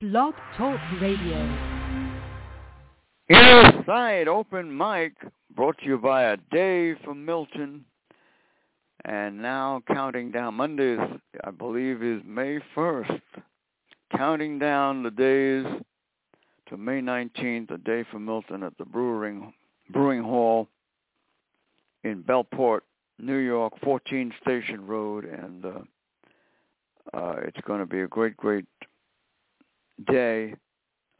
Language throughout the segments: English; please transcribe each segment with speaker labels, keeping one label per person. Speaker 1: Blog Talk Radio.
Speaker 2: Inner Side Open Mic brought to you by a day from Milton. And now counting down Mondays, I believe is May 1st. Counting down the days to May 19th, a day from Milton at the Brewing, Brewing Hall in Bellport, New York, 14 Station Road. And uh, uh, it's going to be a great, great day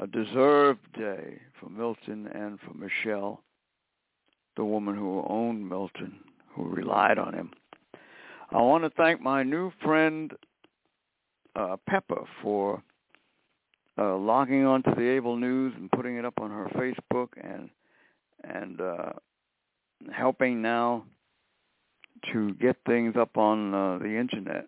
Speaker 2: a deserved day for Milton and for Michelle, the woman who owned Milton, who relied on him. I want to thank my new friend uh, Peppa for uh, logging on to the Able News and putting it up on her Facebook and and uh, helping now to get things up on uh, the internet.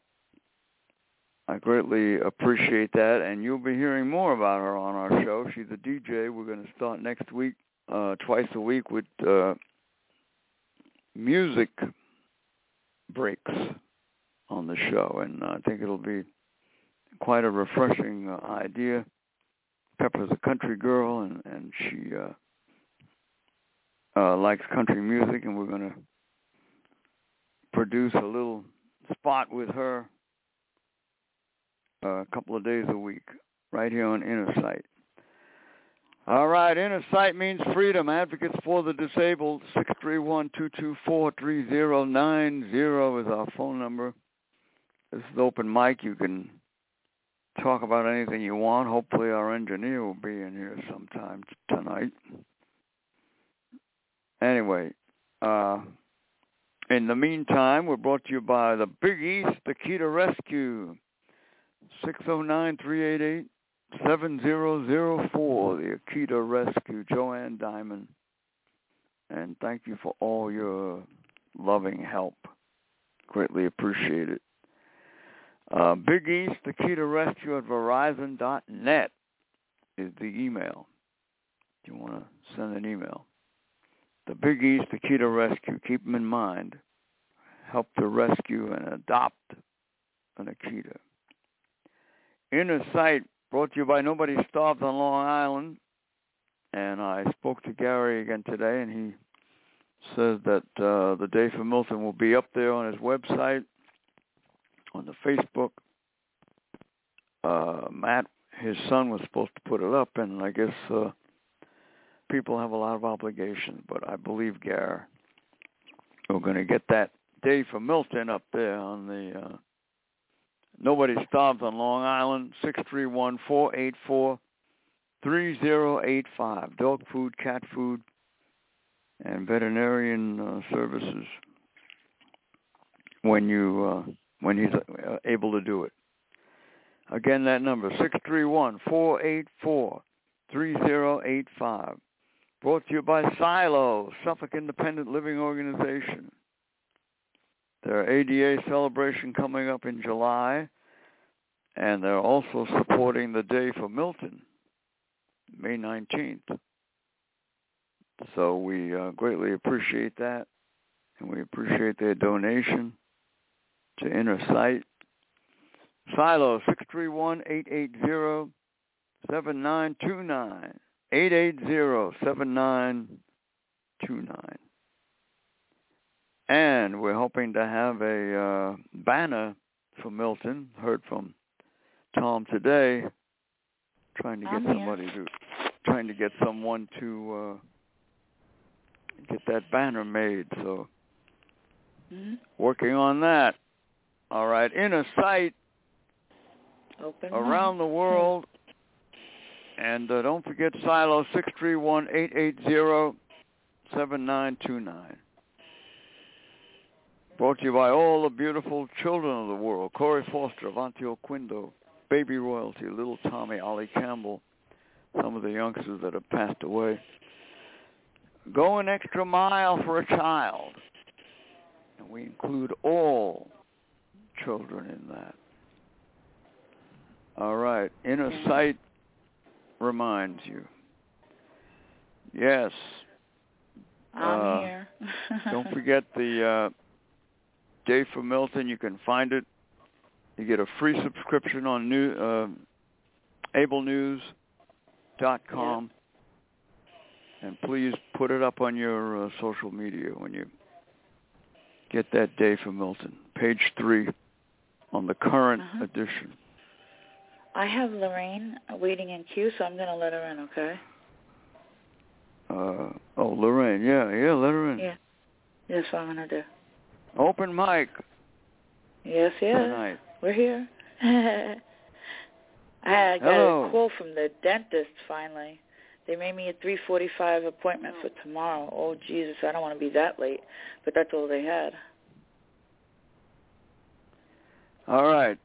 Speaker 2: I greatly appreciate that, and you'll be hearing more about her on our show. She's a DJ. We're going to start next week, uh, twice a week, with uh, music breaks on the show, and I think it'll be quite a refreshing uh, idea. Pepper's a country girl, and and she uh, uh, likes country music, and we're going to produce a little spot with her a couple of days a week right here on Inner Sight. All right, Inner Sight means freedom. Advocates for the Disabled, 631-224-3090 is our phone number. This is open mic. You can talk about anything you want. Hopefully our engineer will be in here sometime t- tonight. Anyway, uh, in the meantime, we're brought to you by the Big East, the Key to Rescue. 609-388-7004, the Akita Rescue, Joanne Diamond. And thank you for all your loving help. Greatly appreciate it. Uh, Big East, Akita Rescue at Verizon.net is the email. If you want to send an email. The Big East, Akita Rescue, keep them in mind. Help to rescue and adopt an Akita. Inner Sight brought to you by Nobody Starved on Long Island. And I spoke to Gary again today, and he says that uh, the day for Milton will be up there on his website, on the Facebook. Uh, Matt, his son, was supposed to put it up, and I guess uh, people have a lot of obligations, but I believe Gary, we're going to get that day for Milton up there on the uh, Nobody Starved on Long Island, 631-484-3085. Dog food, cat food, and veterinarian uh, services when you uh, when he's uh, able to do it. Again, that number, 631-484-3085. Brought to you by Silo, Suffolk Independent Living Organization their ADA celebration coming up in July, and they're also supporting the Day for Milton, May 19th. So we uh, greatly appreciate that, and we appreciate their donation to Inner Sight. Silo 631-880-7929, 880-7929. And we're hoping to have a uh, banner for Milton. Heard from Tom today, trying to get
Speaker 3: I'm here.
Speaker 2: somebody to, trying to get someone to uh, get that banner made. So
Speaker 3: Mhm.
Speaker 2: working on that. All right, inner sight
Speaker 3: Open
Speaker 2: around
Speaker 3: mic.
Speaker 2: the world. And uh, don't forget Silo six three one eight eight zero seven nine two nine. Brought to you by all the beautiful children of the world. Corey Foster, Avanti Quindo, Baby Royalty, Little Tommy, Ollie Campbell, some of the youngsters that have passed away. Go an extra mile for a child. And we include all children in that. All right. Inner
Speaker 3: Okay.
Speaker 2: sight reminds you. Yes.
Speaker 3: I'm
Speaker 2: uh,
Speaker 3: here.
Speaker 2: Don't forget the uh, Day for uh, Milton. You can find it. You get a free subscription on new ablenews.com. And please put it up on your uh, social media when you get that day for Milton. Page three on the current
Speaker 3: Uh-huh.
Speaker 2: edition.
Speaker 3: I have Lorraine waiting in queue, so I'm going to let her in, okay?
Speaker 2: Uh, oh, Lorraine. Yeah, yeah, let her in.
Speaker 3: Yeah. That's what I'm going to do.
Speaker 2: Open mic
Speaker 3: Yes, yes.
Speaker 2: tonight.
Speaker 3: We're here. I got
Speaker 2: Hello.
Speaker 3: a call from the dentist finally. They made me a 3:45 appointment for tomorrow. Oh Jesus, I don't want to be that late, but that's all they had.
Speaker 2: All right.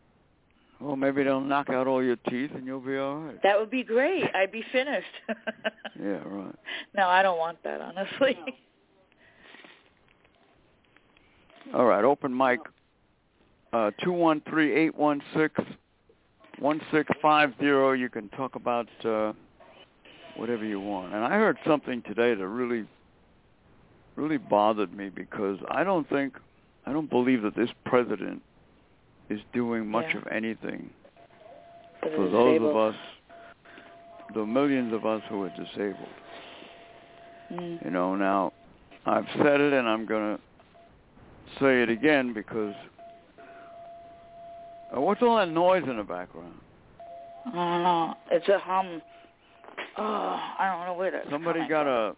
Speaker 2: Well, maybe they'll knock out all your teeth and you'll be all right.
Speaker 3: That would be great. I'd be finished.
Speaker 2: Yeah, right.
Speaker 3: no, I don't want that, honestly.
Speaker 2: All right, open mic. Uh, 213-816-1650. You can talk about uh, whatever you want. And I heard something today that really, really bothered me because I don't think, I don't believe that this president is doing much
Speaker 3: Yeah.
Speaker 2: of anything
Speaker 3: For the
Speaker 2: for those
Speaker 3: disabled.
Speaker 2: of us, the millions of us who are disabled.
Speaker 3: Mm.
Speaker 2: You know, now I've said it and I'm going to say it again because uh, what's all that noise in the background?
Speaker 3: I don't know. It's a hum. Oh, I don't know where that's
Speaker 2: Somebody
Speaker 3: coming
Speaker 2: got
Speaker 3: from.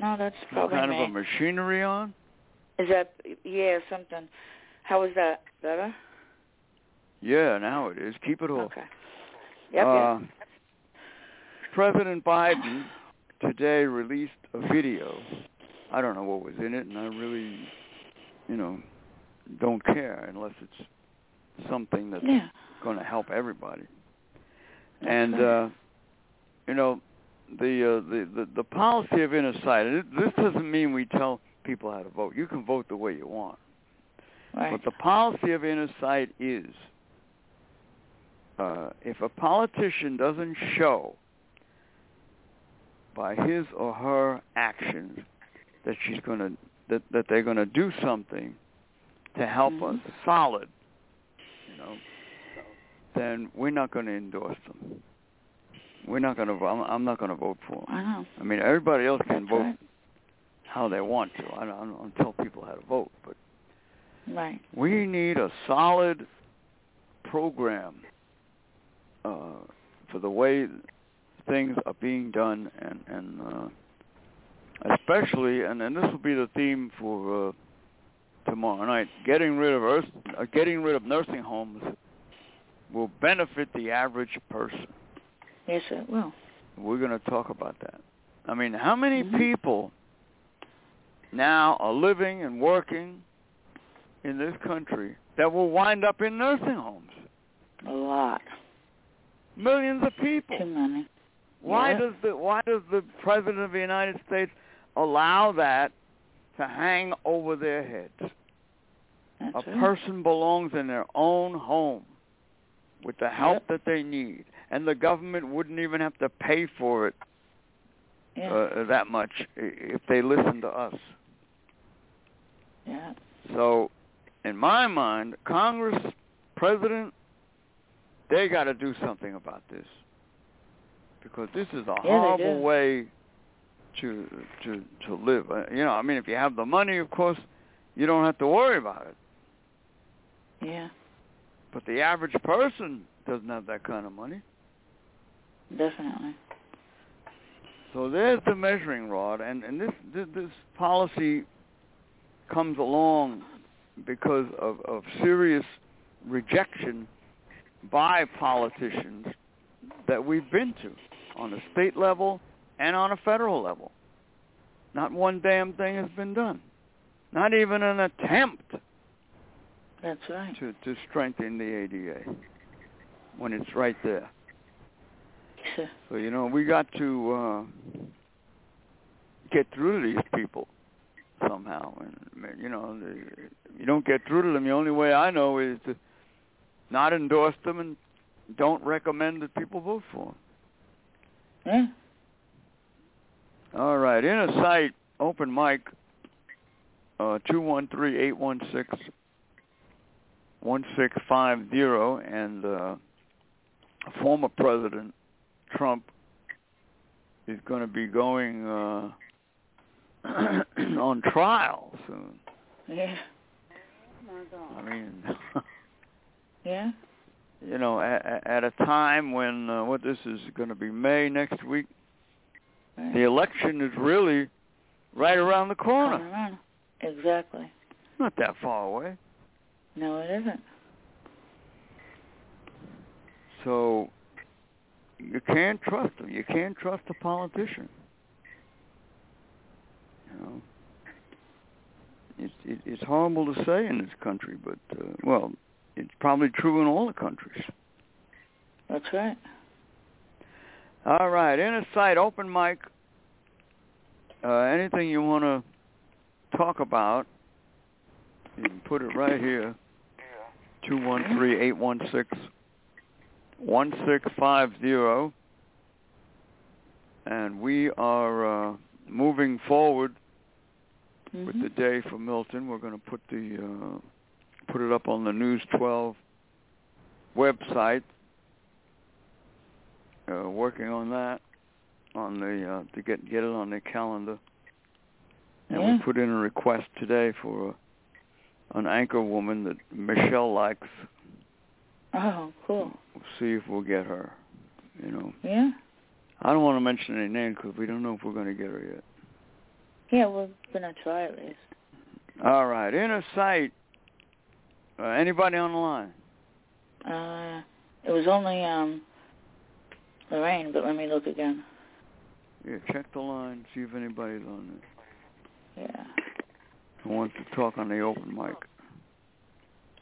Speaker 2: a
Speaker 3: No, that's
Speaker 2: some
Speaker 3: probably
Speaker 2: kind
Speaker 3: me.
Speaker 2: of a machinery on?
Speaker 3: Is that yeah something? How is that better?
Speaker 2: Yeah, now it is. Keep it off.
Speaker 3: Okay. Yep.
Speaker 2: Uh, President Biden today released a video. I don't know what was in it, and I really, you know, don't care unless it's something that's
Speaker 3: yeah. yeah.
Speaker 2: going to help everybody.
Speaker 3: That's
Speaker 2: and
Speaker 3: right.
Speaker 2: uh, you know the, uh, the the the policy of inner sight. and This doesn't mean we tell people how to vote. You can vote the way you want,
Speaker 3: right.
Speaker 2: but the policy of inner sight is uh, if a politician doesn't show by his or her actions that she's going to that that they're going to do something to help
Speaker 3: Mhm.
Speaker 2: us solid, you know, then we're not going to endorse them. We're not going to. I'm, I'm not going to vote for them.
Speaker 3: I know.
Speaker 2: I mean, everybody else can
Speaker 3: That's
Speaker 2: vote
Speaker 3: right.
Speaker 2: how they want to. I don't, I don't tell people how to vote, but
Speaker 3: Right.
Speaker 2: we need a solid program uh, for the way things are being done, and and uh, especially, and and this will be the theme for uh, tomorrow night. Getting rid of earth, uh, getting rid of nursing homes will benefit the average person.
Speaker 3: Yes, it will.
Speaker 2: We're going to talk about that. I mean, how many
Speaker 3: Mhm.
Speaker 2: people now are living and working in this country that will wind up in nursing homes?
Speaker 3: A lot.
Speaker 2: Millions of people.
Speaker 3: Too many.
Speaker 2: Why
Speaker 3: Yeah.
Speaker 2: does the why does the president of the United States allow that to hang over their heads?
Speaker 3: That's
Speaker 2: A
Speaker 3: right.
Speaker 2: person belongs in their own home with the help that they need, and the government wouldn't even have to pay for it
Speaker 3: Yeah.
Speaker 2: uh, that much i- if they listened to us.
Speaker 3: yeah.
Speaker 2: So, in my mind, Congress, president, they got to do something about this because this is a
Speaker 3: they
Speaker 2: horrible
Speaker 3: do.
Speaker 2: way to to to live. Uh, You know, I mean, if you have the money, of course, you don't have to worry about it.
Speaker 3: Yeah.
Speaker 2: But the average person doesn't have that kind of money.
Speaker 3: Definitely.
Speaker 2: So there's the measuring rod, and and this this, this policy comes along because of of serious rejection by politicians that we've been to on a state level and on a federal level. Not one damn thing has been done. Not even an attempt
Speaker 3: That's right.
Speaker 2: to, to strengthen the ADA when it's right there.
Speaker 3: So,
Speaker 2: So you know, we got to uh, get through to these people somehow, and you know, the- you don't get through to them. The only way I know is to not endorse them and don't recommend that people vote for
Speaker 3: yeah.
Speaker 2: them. All right, in a site open mic, uh, two one three eight one six one six five zero, and uh, former President Trump is going to be going uh, on trial soon.
Speaker 3: Yeah.
Speaker 2: I mean,
Speaker 3: Yeah.
Speaker 2: you know, at, at a time when uh, what this is going to be May next week, the election is really right around the corner.
Speaker 3: Colorado. Exactly.
Speaker 2: Not that far away.
Speaker 3: No, it isn't.
Speaker 2: So you can't trust them. You can't trust a politician. You know, it's it, it's horrible to say in this country, but uh, well, it's probably true in all the countries.
Speaker 3: That's right.
Speaker 2: All right, inner sight, open mic. Uh, anything you want to talk about, you can put it right here. Two one three eight one six one six five zero, and we are uh, moving forward with
Speaker 3: Mhm.
Speaker 2: the day for Milton. We're going to put the uh, put it up on the News 12 website. Uh, working on that on the uh, to get get it on the calendar, and
Speaker 3: Yeah.
Speaker 2: we put in a request today for a, an anchor woman that Michelle likes.
Speaker 3: Oh, cool.
Speaker 2: We'll see if we'll get her. You know,
Speaker 3: Yeah.
Speaker 2: I don't want to mention any names because we don't know if we're going to get her yet.
Speaker 3: Yeah, we're gonna try at least.
Speaker 2: All right, inner sight. Uh, anybody on the line?
Speaker 3: Uh, it was only um Lorraine, but let me look again.
Speaker 2: Yeah, check the line, see if anybody's on this.
Speaker 3: Yeah.
Speaker 2: Who wants to talk on the open mic?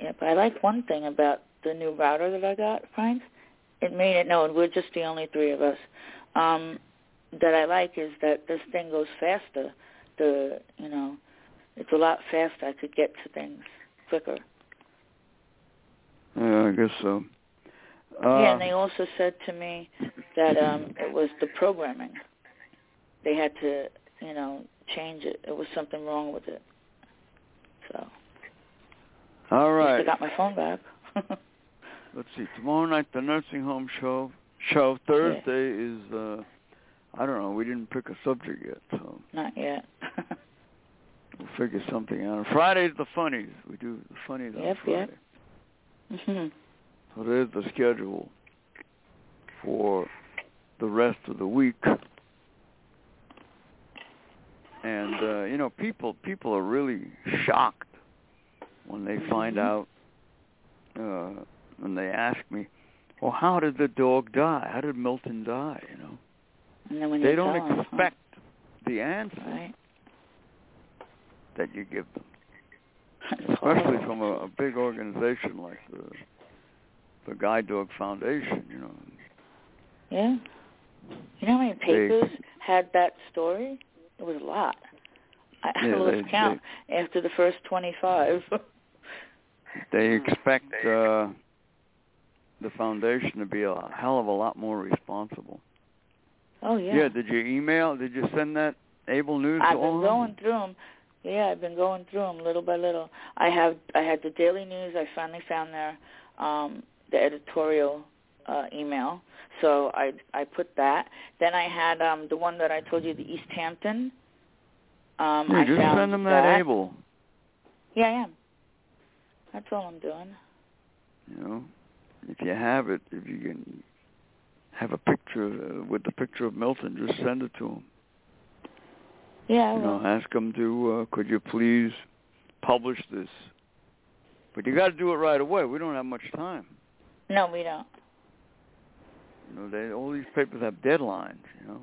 Speaker 3: Yeah, but I like one thing about the new router that I got, Frank. It made it known we're just the only three of us. Um, that I like is that this thing goes faster. The you know, it's a lot faster. I could get to things quicker.
Speaker 2: Yeah, I guess so. Uh,
Speaker 3: yeah, and they also said to me that um it was the programming. They had to, you know, change it. It was something wrong with it. So at
Speaker 2: all
Speaker 3: least
Speaker 2: right.
Speaker 3: I got my phone back.
Speaker 2: Let's see. Tomorrow night, the nursing home show. Show Thursday is. Uh, I don't know. We didn't pick a subject yet, so
Speaker 3: Not yet.
Speaker 2: we'll figure something out. Friday's the funnies. We do the funnies on
Speaker 3: Yep,
Speaker 2: Friday.
Speaker 3: yep.
Speaker 2: Mm-hmm.
Speaker 3: Mhm.
Speaker 2: So there's the schedule for the rest of the week. And uh, you know, people people are really shocked when they find
Speaker 3: Mhm.
Speaker 2: out uh when they ask me, Well, how did the dog die? How did Milton die? You know?
Speaker 3: and then when
Speaker 2: they
Speaker 3: you
Speaker 2: don't
Speaker 3: tell 'em, huh?
Speaker 2: expect the answer
Speaker 3: right?
Speaker 2: that you give them.
Speaker 3: It's
Speaker 2: Especially
Speaker 3: horrible.
Speaker 2: from a, a big organization like the the Guide Dog Foundation, you know.
Speaker 3: yeah. You know how many papers had that story? It was a lot. I I
Speaker 2: Yeah,
Speaker 3: lost
Speaker 2: they-
Speaker 3: count after the first twenty-five.
Speaker 2: they
Speaker 3: Hmm.
Speaker 2: expect uh, the foundation to be a hell of a lot more responsible.
Speaker 3: oh yeah.
Speaker 2: did you email? Did you send that Able News
Speaker 3: I've
Speaker 2: to all
Speaker 3: been
Speaker 2: of them?
Speaker 3: going through them. Yeah, I've been going through them little by little. I have I had the Daily News. I finally found their um, the editorial uh, email, so I I put that. Then I had um, the one that I told you, the East Hampton. Um,
Speaker 2: Yeah,
Speaker 3: I
Speaker 2: just
Speaker 3: found
Speaker 2: send them that,
Speaker 3: that.
Speaker 2: Able.
Speaker 3: Yeah, I am. That's all I'm doing.
Speaker 2: You know, if you have it, if you can have a picture uh, with the picture of Milton, just send it to them.
Speaker 3: Yeah, I
Speaker 2: You know,
Speaker 3: will.
Speaker 2: ask them to uh, could you please publish this? But you got to do it right away. We don't have much time.
Speaker 3: No, we don't.
Speaker 2: You know, they all these papers have deadlines. You know.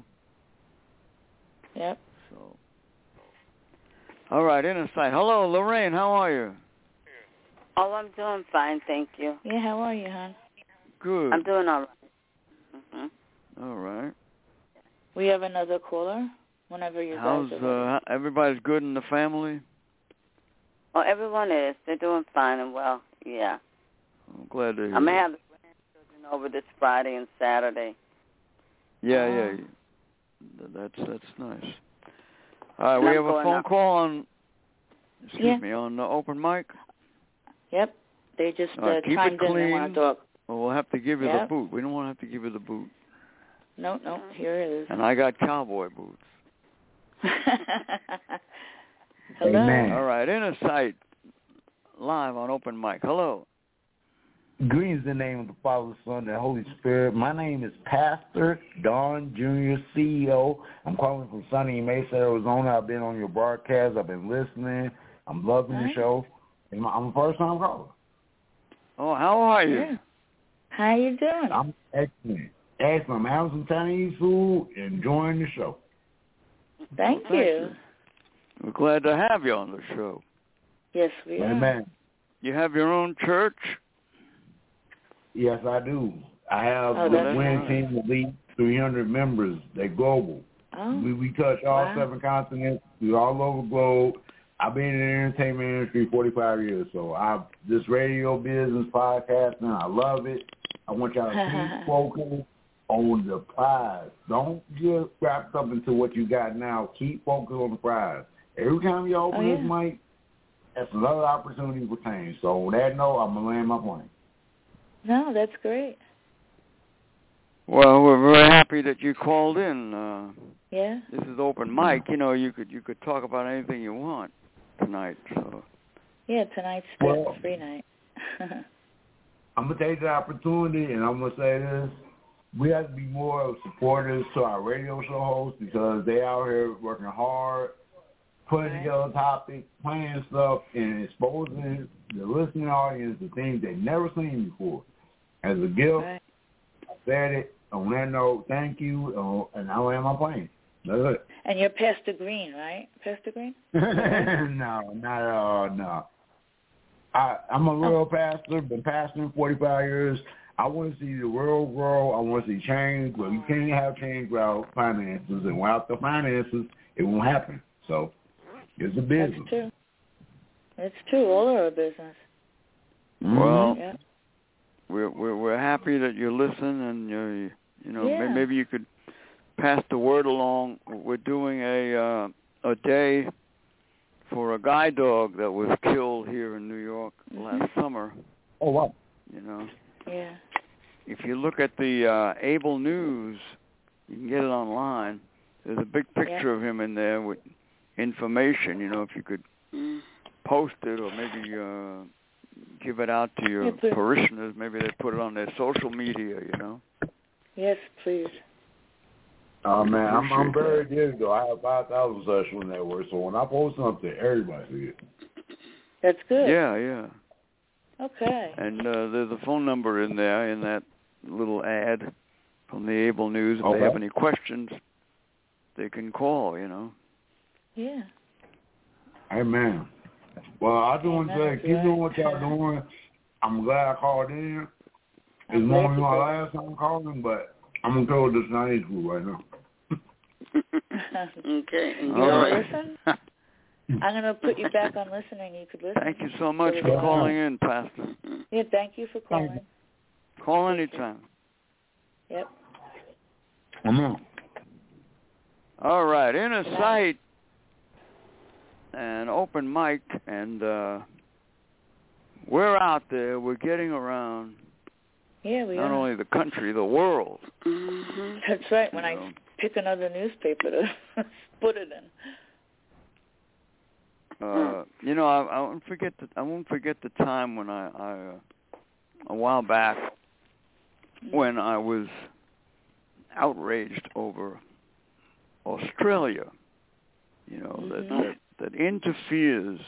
Speaker 3: Yep.
Speaker 2: So. All right, Insight. Hello, Lorraine. How are you?
Speaker 4: Oh, I'm doing fine, thank you.
Speaker 3: Yeah, how are you, hon?
Speaker 2: Good.
Speaker 4: I'm doing all Mm-hmm.
Speaker 2: All right.
Speaker 3: We have another caller. Whenever you
Speaker 2: How's
Speaker 3: guys
Speaker 2: uh,
Speaker 3: are ready.
Speaker 2: how- everybody's good in the family?
Speaker 4: Well, everyone is. They're doing fine and well. Yeah.
Speaker 2: I'm glad to hear.
Speaker 4: I'm gonna
Speaker 2: that.
Speaker 4: have the grandchildren over this Friday and Saturday.
Speaker 2: Yeah, yeah.
Speaker 3: Ah.
Speaker 2: yeah. Th- That's that's nice. All right, we
Speaker 4: I'm
Speaker 2: have a
Speaker 4: going
Speaker 2: phone
Speaker 4: up.
Speaker 2: call on. Excuse
Speaker 3: Yeah.
Speaker 2: me, on the open mic.
Speaker 3: Yep. They just
Speaker 2: All right,
Speaker 3: uh,
Speaker 2: keep it
Speaker 3: chimed in. They want
Speaker 2: clean.
Speaker 3: to talk.
Speaker 2: Well, we'll have to give you
Speaker 3: Yeah.
Speaker 2: the boot. We don't want to have to give you the boot.
Speaker 3: No, no,
Speaker 4: Mm-hmm.
Speaker 3: here it is.
Speaker 2: And I got cowboy boots.
Speaker 3: Hello.
Speaker 5: Amen.
Speaker 2: All right, Inner Sight, live on open mic. Hello.
Speaker 5: Greetings in the name of the Father, Son, and the Holy Spirit. My name is Pastor Don Jr., CEO. I'm calling from Sunny Mesa, Arizona. I've been on your broadcast. I've been listening. I'm loving
Speaker 3: All
Speaker 5: the
Speaker 3: right.
Speaker 5: show. And I'm a first-time caller.
Speaker 2: Oh, how are you?
Speaker 3: Yeah. How you doing?
Speaker 5: I'm excellent. Excellent. I'm having some Chinese food, enjoying the show.
Speaker 3: Thank
Speaker 2: Well,
Speaker 3: you.
Speaker 2: We're glad to have you on the show.
Speaker 3: Yes, we are.
Speaker 5: Amen.
Speaker 2: You have your own church?
Speaker 5: Yes, I do. I have
Speaker 3: Oh,
Speaker 5: the
Speaker 3: that's
Speaker 5: Win
Speaker 2: nice.
Speaker 5: Team Elite 300 members. They're global. We
Speaker 3: Oh,
Speaker 5: we touch all
Speaker 3: Wow.
Speaker 5: seven continents. We're all over the globe. I've been in the entertainment industry 45 years, so I this radio business podcasting, I love it. I want y'all to keep focused on the prize. Don't get wrapped up into what you got now. Keep focused on the prize. Every time you open
Speaker 3: Oh,
Speaker 5: this
Speaker 3: yeah.
Speaker 5: mic, that's another opportunity for change. So on that note, I'm gonna land my plane.
Speaker 3: no, that's great.
Speaker 2: Well, we're very happy that you called in. Uh,
Speaker 3: Yeah.
Speaker 2: this is open mic. You know, you could you could talk about anything you want tonight. So
Speaker 3: Yeah, tonight's
Speaker 5: Well-
Speaker 3: free night.
Speaker 5: I'm gonna take the opportunity and I'm gonna say this. We have to be more of supporters to our radio show hosts because they out here working hard, putting
Speaker 3: Right.
Speaker 5: together topics, playing stuff and exposing the listening audience to things they've never seen before. As a gift,
Speaker 3: right.
Speaker 5: I said it. On that note, thank you, uh, and I land my plane. That's
Speaker 3: And you're Pastor Green, right? Pastor Green?
Speaker 5: it. no, not at all, no. I, I'm a real pastor, been pastoring 45 years. I want to see the world grow. I want to see change, but you can't have change without finances, and without the finances, it won't happen. So it's a business.
Speaker 3: That's true. That's true. All of our business.
Speaker 5: Mhm.
Speaker 2: Mm-hmm. Well,
Speaker 3: Yeah.
Speaker 2: we're we're we're happy that you listen and you you know may-
Speaker 3: Yeah.
Speaker 2: maybe you could pass the word along. We're doing a uh, a day for a guide dog that was killed here in New York last
Speaker 3: Mhm.
Speaker 2: summer.
Speaker 5: oh wow,
Speaker 2: You know,
Speaker 3: Yeah.
Speaker 2: if you look at the uh, Able News, you can get it online. There's a big picture of him in there with information. You know, if you could
Speaker 3: Mm.
Speaker 2: post it or maybe uh, give it out to your
Speaker 3: Yeah, please.
Speaker 2: parishioners, maybe they put it on their social media. You know.
Speaker 3: Yes, please.
Speaker 5: oh man, I'm, I'm
Speaker 2: Appreciate that.
Speaker 5: very digital. I have 5,000 social networks, so when I post something, everybody sees it.
Speaker 3: That's good.
Speaker 2: Yeah, yeah.
Speaker 3: Okay.
Speaker 2: And uh, there's a phone number in there in that little ad from the Able News. If
Speaker 5: Okay.
Speaker 2: they have any questions, they can call. You know.
Speaker 3: Yeah.
Speaker 5: Amen. Well, I just want to
Speaker 3: Amen.
Speaker 5: say, keep doing what y'all doing. I'm glad I called in. It's
Speaker 3: I'm
Speaker 5: more
Speaker 3: glad
Speaker 5: than
Speaker 3: you
Speaker 5: my
Speaker 3: did.
Speaker 5: last time calling, but I'm gonna go with this Chinese food right now.
Speaker 4: okay.
Speaker 2: All
Speaker 4: Enjoy.
Speaker 2: right.
Speaker 3: listen? I'm going to put you back on listening. You could listen.
Speaker 2: Thank you so much for
Speaker 5: Yeah.
Speaker 2: calling in, Pastor.
Speaker 3: Yeah, thank you for
Speaker 5: Thank
Speaker 3: calling.
Speaker 2: Call anytime.
Speaker 3: Yep.
Speaker 5: I'm out.
Speaker 2: All right, inner
Speaker 3: Good night.
Speaker 2: sight and open mic, and uh, we're out there. We're getting around
Speaker 3: Yeah, we
Speaker 2: not
Speaker 3: are.
Speaker 2: only the country, the world.
Speaker 4: Mm-hmm.
Speaker 3: That's right.
Speaker 2: you
Speaker 3: When
Speaker 2: know.
Speaker 3: I pick another newspaper to put it in.
Speaker 2: uh,
Speaker 3: hmm.
Speaker 2: you know, I, I won't forget the I won't forget the time when I, I uh, a while back when I was outraged over Australia. You know that,
Speaker 3: Mhm.
Speaker 2: that that interferes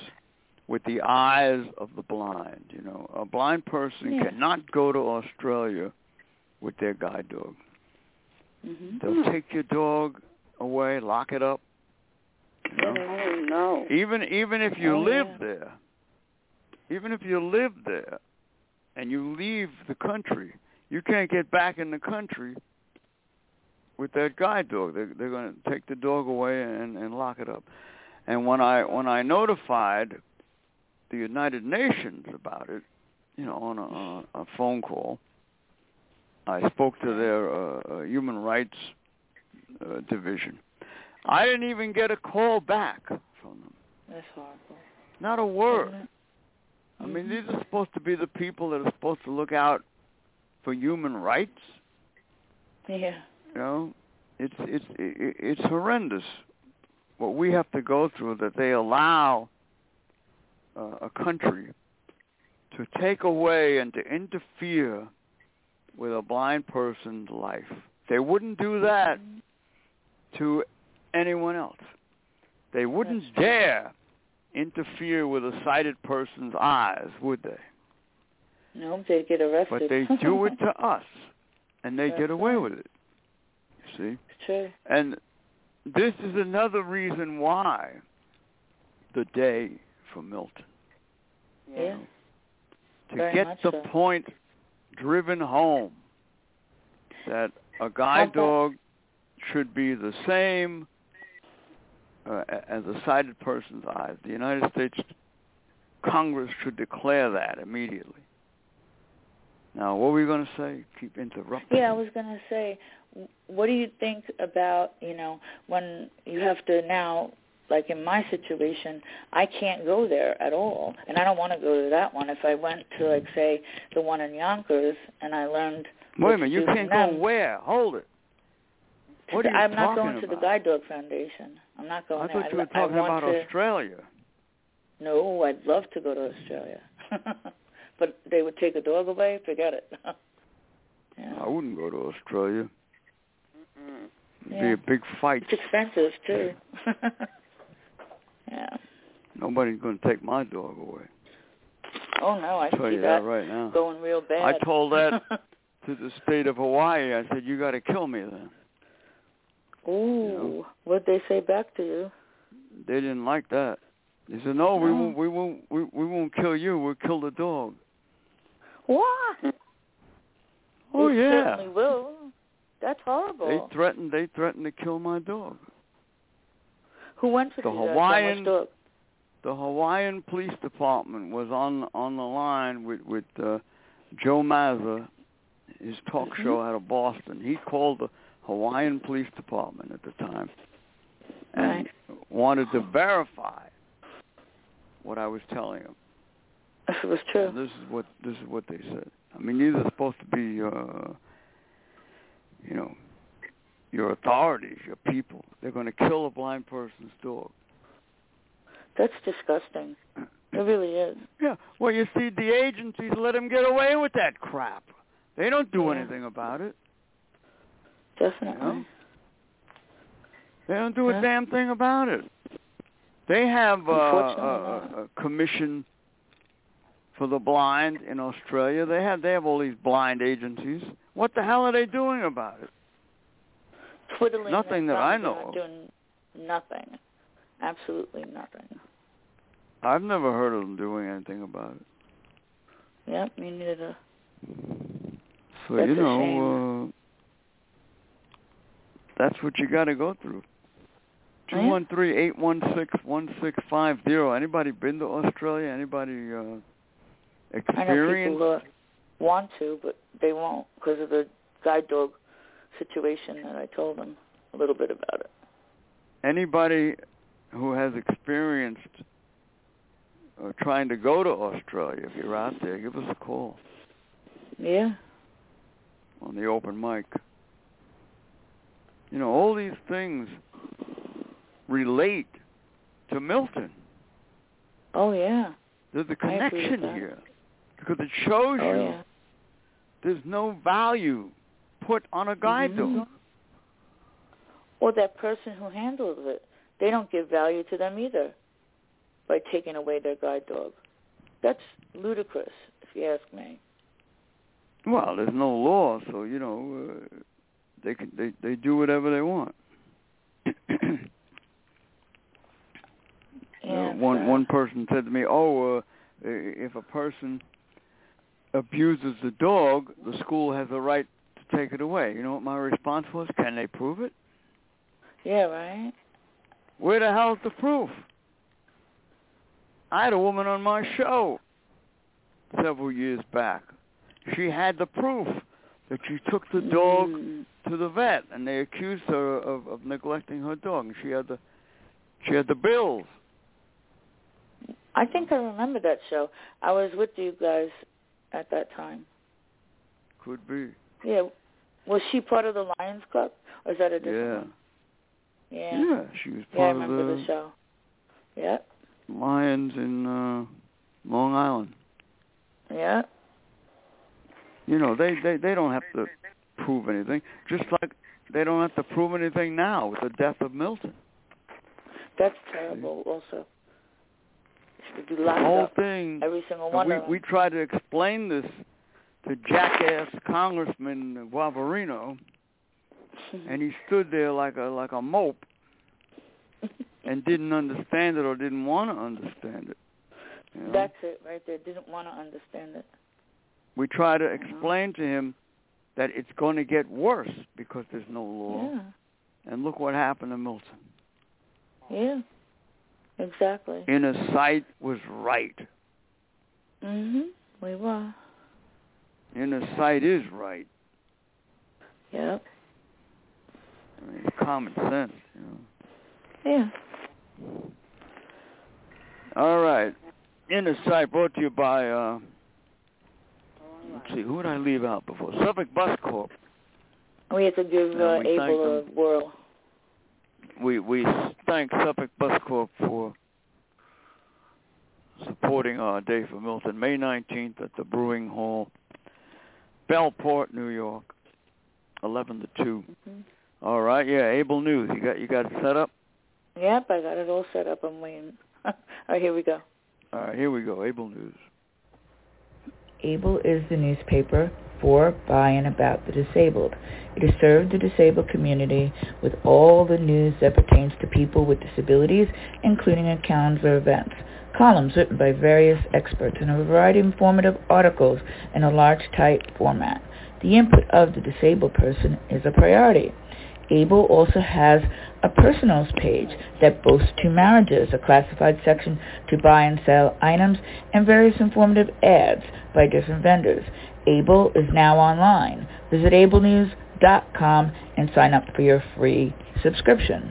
Speaker 2: with the eyes of the blind. You know, a blind person
Speaker 3: Yeah.
Speaker 2: cannot go to Australia with their guide dog.
Speaker 3: Mm-hmm.
Speaker 2: They'll take your dog away, lock it up. You know?
Speaker 4: Oh no.
Speaker 2: even even if you
Speaker 3: Oh,
Speaker 2: live
Speaker 3: yeah.
Speaker 2: there even if you live there and you leave the country you can't get back in the country with that guide dog they're, they're going to take the dog away and, and lock it up and when i when i notified the united nations about it you know on a, on a phone call i spoke to their uh, uh, human rights uh, division i didn't even get a call back from them
Speaker 3: That's horrible.
Speaker 2: not a word
Speaker 3: Isn't it?
Speaker 2: I mean,
Speaker 3: Mhm.
Speaker 2: these are supposed to be the people that are supposed to look out for human rights.
Speaker 3: Yeah.
Speaker 2: You know, it's it's it- it's horrendous what we have to go through that they allow uh, a country to take away and to interfere with a blind person's life. They wouldn't do that to anyone else. They wouldn't
Speaker 3: That's true.
Speaker 2: dare interfere with a sighted person's eyes, would they?
Speaker 3: No, they'd get arrested.
Speaker 2: But they do it to us, and they
Speaker 3: That's
Speaker 2: get away
Speaker 3: right.
Speaker 2: with it. You see?
Speaker 3: It's true.
Speaker 2: And this is another reason why the day for Milton
Speaker 3: Yeah.
Speaker 4: yeah.
Speaker 2: to
Speaker 3: Very
Speaker 2: get
Speaker 3: much
Speaker 2: the
Speaker 3: so.
Speaker 2: point driven home that a guide
Speaker 3: about-
Speaker 2: dog should be the same uh, a- as a sighted person's eyes. The United States Congress should declare that immediately. Now, what were you going to say? Keep interrupting.
Speaker 3: Yeah, I was gonna say, w- what do you think about you know when you have to now, like in my situation, I can't go there at all, and I don't want to go to that one. If I went to like say the one in Yonkers, and I learned
Speaker 2: Wait
Speaker 3: what
Speaker 2: a minute,
Speaker 3: to
Speaker 2: you
Speaker 3: do from
Speaker 2: can't go
Speaker 3: them-
Speaker 2: where? Hold it. What are you
Speaker 3: I'm not
Speaker 2: talking
Speaker 3: going to the
Speaker 2: about?
Speaker 3: Guide Dog Foundation. I'm not going
Speaker 2: I
Speaker 3: there.
Speaker 2: thought you were
Speaker 3: lo- I
Speaker 2: talking
Speaker 3: want
Speaker 2: about
Speaker 3: to,
Speaker 2: Australia.
Speaker 3: No, I'd love to go to Australia, but they would take a dog away. Forget it. yeah.
Speaker 2: I wouldn't go to Australia.
Speaker 4: Mm.
Speaker 2: It'd be
Speaker 3: Yeah.
Speaker 2: a big fight.
Speaker 3: It's expensive too. yeah.
Speaker 2: Nobody's going to take my dog away.
Speaker 3: Oh no, I
Speaker 2: I'll tell
Speaker 3: see
Speaker 2: you
Speaker 3: that
Speaker 2: that right now.
Speaker 3: going real bad.
Speaker 2: I told that to the state of Hawaii. I said, you got to kill me then.
Speaker 3: Ooh, what'd they say back to you?
Speaker 2: They didn't like that. They said, no, we
Speaker 3: No.
Speaker 2: won't, we won't, we, we won't kill you. We'll kill the dog.
Speaker 3: What?
Speaker 2: Oh
Speaker 3: they
Speaker 2: yeah.
Speaker 3: certainly will. That's horrible.
Speaker 2: They threatened. They threatened to kill my dog.
Speaker 3: Who went for
Speaker 2: the
Speaker 3: these, uh, so much
Speaker 2: Hawaiian-
Speaker 3: dog?
Speaker 2: the Hawaiian Police Department was on on the line with with uh, Joe Mazza, his talk show out of Boston. He called the Hawaiian Police Department at the time and wanted to verify what I was telling him.
Speaker 3: If it was
Speaker 2: And
Speaker 3: true.
Speaker 2: this is what this is what they said. I mean, these are supposed to be, uh, you know, your authorities, your people. They're going to kill a blind person's dog.
Speaker 3: That's disgusting. It really is.
Speaker 2: Yeah. Well, you see, the agencies let them get away with that crap. They don't do
Speaker 3: Yeah.
Speaker 2: anything about it. You know?
Speaker 3: Definitely.
Speaker 2: They don't do a
Speaker 3: Yeah.
Speaker 2: damn thing about it. They have uh,
Speaker 3: Unfortunately
Speaker 2: a, a, a commission for the blind in Australia. They have they have all these blind agencies. What the hell are they doing about it?
Speaker 3: Twiddling their
Speaker 2: Nothing that I
Speaker 3: thumbs, they're
Speaker 2: know
Speaker 3: not Doing nothing. Absolutely nothing.
Speaker 2: I've never heard of them doing anything about it.
Speaker 3: Yep, me neither.
Speaker 2: So
Speaker 3: That's
Speaker 2: you
Speaker 3: a
Speaker 2: know, uh, that's what you got to go through.
Speaker 3: Oh, Yeah.
Speaker 2: Two one three eight one six one six five zero. Anybody been to Australia? Anybody uh,
Speaker 3: I know people
Speaker 2: experienced?
Speaker 3: uh, want to, but they won't because of the guide dog situation that I told them a little bit about it.
Speaker 2: Anybody who has experienced uh, trying to go to Australia? If you're out there, give us a call
Speaker 3: Yeah.
Speaker 2: on the open mic. You know, all these things relate to Milton.
Speaker 3: Oh yeah.
Speaker 2: There's a
Speaker 3: I agree with
Speaker 2: connection
Speaker 3: that.
Speaker 2: here because it shows
Speaker 3: Oh
Speaker 2: you
Speaker 3: yeah.
Speaker 2: there's no value put on a guide
Speaker 3: Mhm.
Speaker 2: dog.
Speaker 3: Or that person who handles it, they don't give value to them either by taking away their guide dog. That's ludicrous, if you ask me.
Speaker 2: Well, there's no law, so you know uh, they can they they do whatever they want. You know,
Speaker 3: Yeah,
Speaker 2: one
Speaker 3: so-
Speaker 2: one person said to me, "Oh, uh, i- if a person abuses the dog, the school has the right to take it away." You know what my response was? Can they prove it?
Speaker 3: Yeah, right.
Speaker 2: Where the hell's the proof? I had a woman on my show several years back. She had the proof that she took the dog
Speaker 3: Mm.
Speaker 2: to the vet, and they accused her of, of neglecting her dog. And she had the she had the bills.
Speaker 3: I think I remember that show. I was with you guys at that time.
Speaker 2: Could be.
Speaker 3: Yeah. Was she part of the Lions Club, or is that a different
Speaker 2: yeah.
Speaker 3: one?
Speaker 2: Yeah. she was
Speaker 3: Yeah, I
Speaker 2: part of
Speaker 3: remember the,
Speaker 2: the,
Speaker 3: show. Yeah,
Speaker 2: Lions in uh, Long Island.
Speaker 3: yeah,
Speaker 2: You know, they, they they don't have to prove anything. Just like they don't have to prove anything now with the death of Milton.
Speaker 3: that's terrible. Also, should be
Speaker 2: The
Speaker 3: locked
Speaker 2: whole
Speaker 3: up.
Speaker 2: thing.
Speaker 3: Every single
Speaker 2: And
Speaker 3: one
Speaker 2: we
Speaker 3: of them.
Speaker 2: we tried to explain this to jackass Congressman Guavarino, and he stood there like a like a mope and didn't understand it or didn't want to understand it. you know?
Speaker 3: that's it right there. Didn't want to understand it.
Speaker 2: we try to explain to him that it's going to get worse because there's no law,
Speaker 3: Yeah,
Speaker 2: and look what happened to Milton.
Speaker 3: yeah, exactly.
Speaker 2: Inner sight was right.
Speaker 3: Mhm. We were.
Speaker 2: Inner sight is right.
Speaker 3: Yep.
Speaker 2: I mean, it's common sense. You know.
Speaker 3: Yeah.
Speaker 2: All right. Inner Sight brought to you by, uh, let's see, who did I leave out before? Suffolk Bus Corp.
Speaker 3: We had to give
Speaker 2: Yeah,
Speaker 3: uh,
Speaker 2: we thank
Speaker 3: Abel a whirl.
Speaker 2: We we thank Suffolk Bus Corp for supporting our day for Milton, May 19th at the Brewing Hall, Bellport, New York, 11 to 2.
Speaker 3: Mhm.
Speaker 2: All right, yeah, Able News. You got you got it set up.
Speaker 3: Yep, I got it all set up. I'm waiting. all right, here we go.
Speaker 2: All right, here we go. Able News.
Speaker 6: ABLE is the newspaper for, by, and about the disabled. It has served the disabled community with all the news that pertains to people with disabilities, including accounts of events, columns written by various experts, and a variety of informative articles in a large type format. The input of the disabled person is a priority. Able also has a personals page that boasts two marriages, a classified section to buy and sell items, and various informative ads by different vendors. Able is now online. Visit ablenews.com and sign up for your free subscription.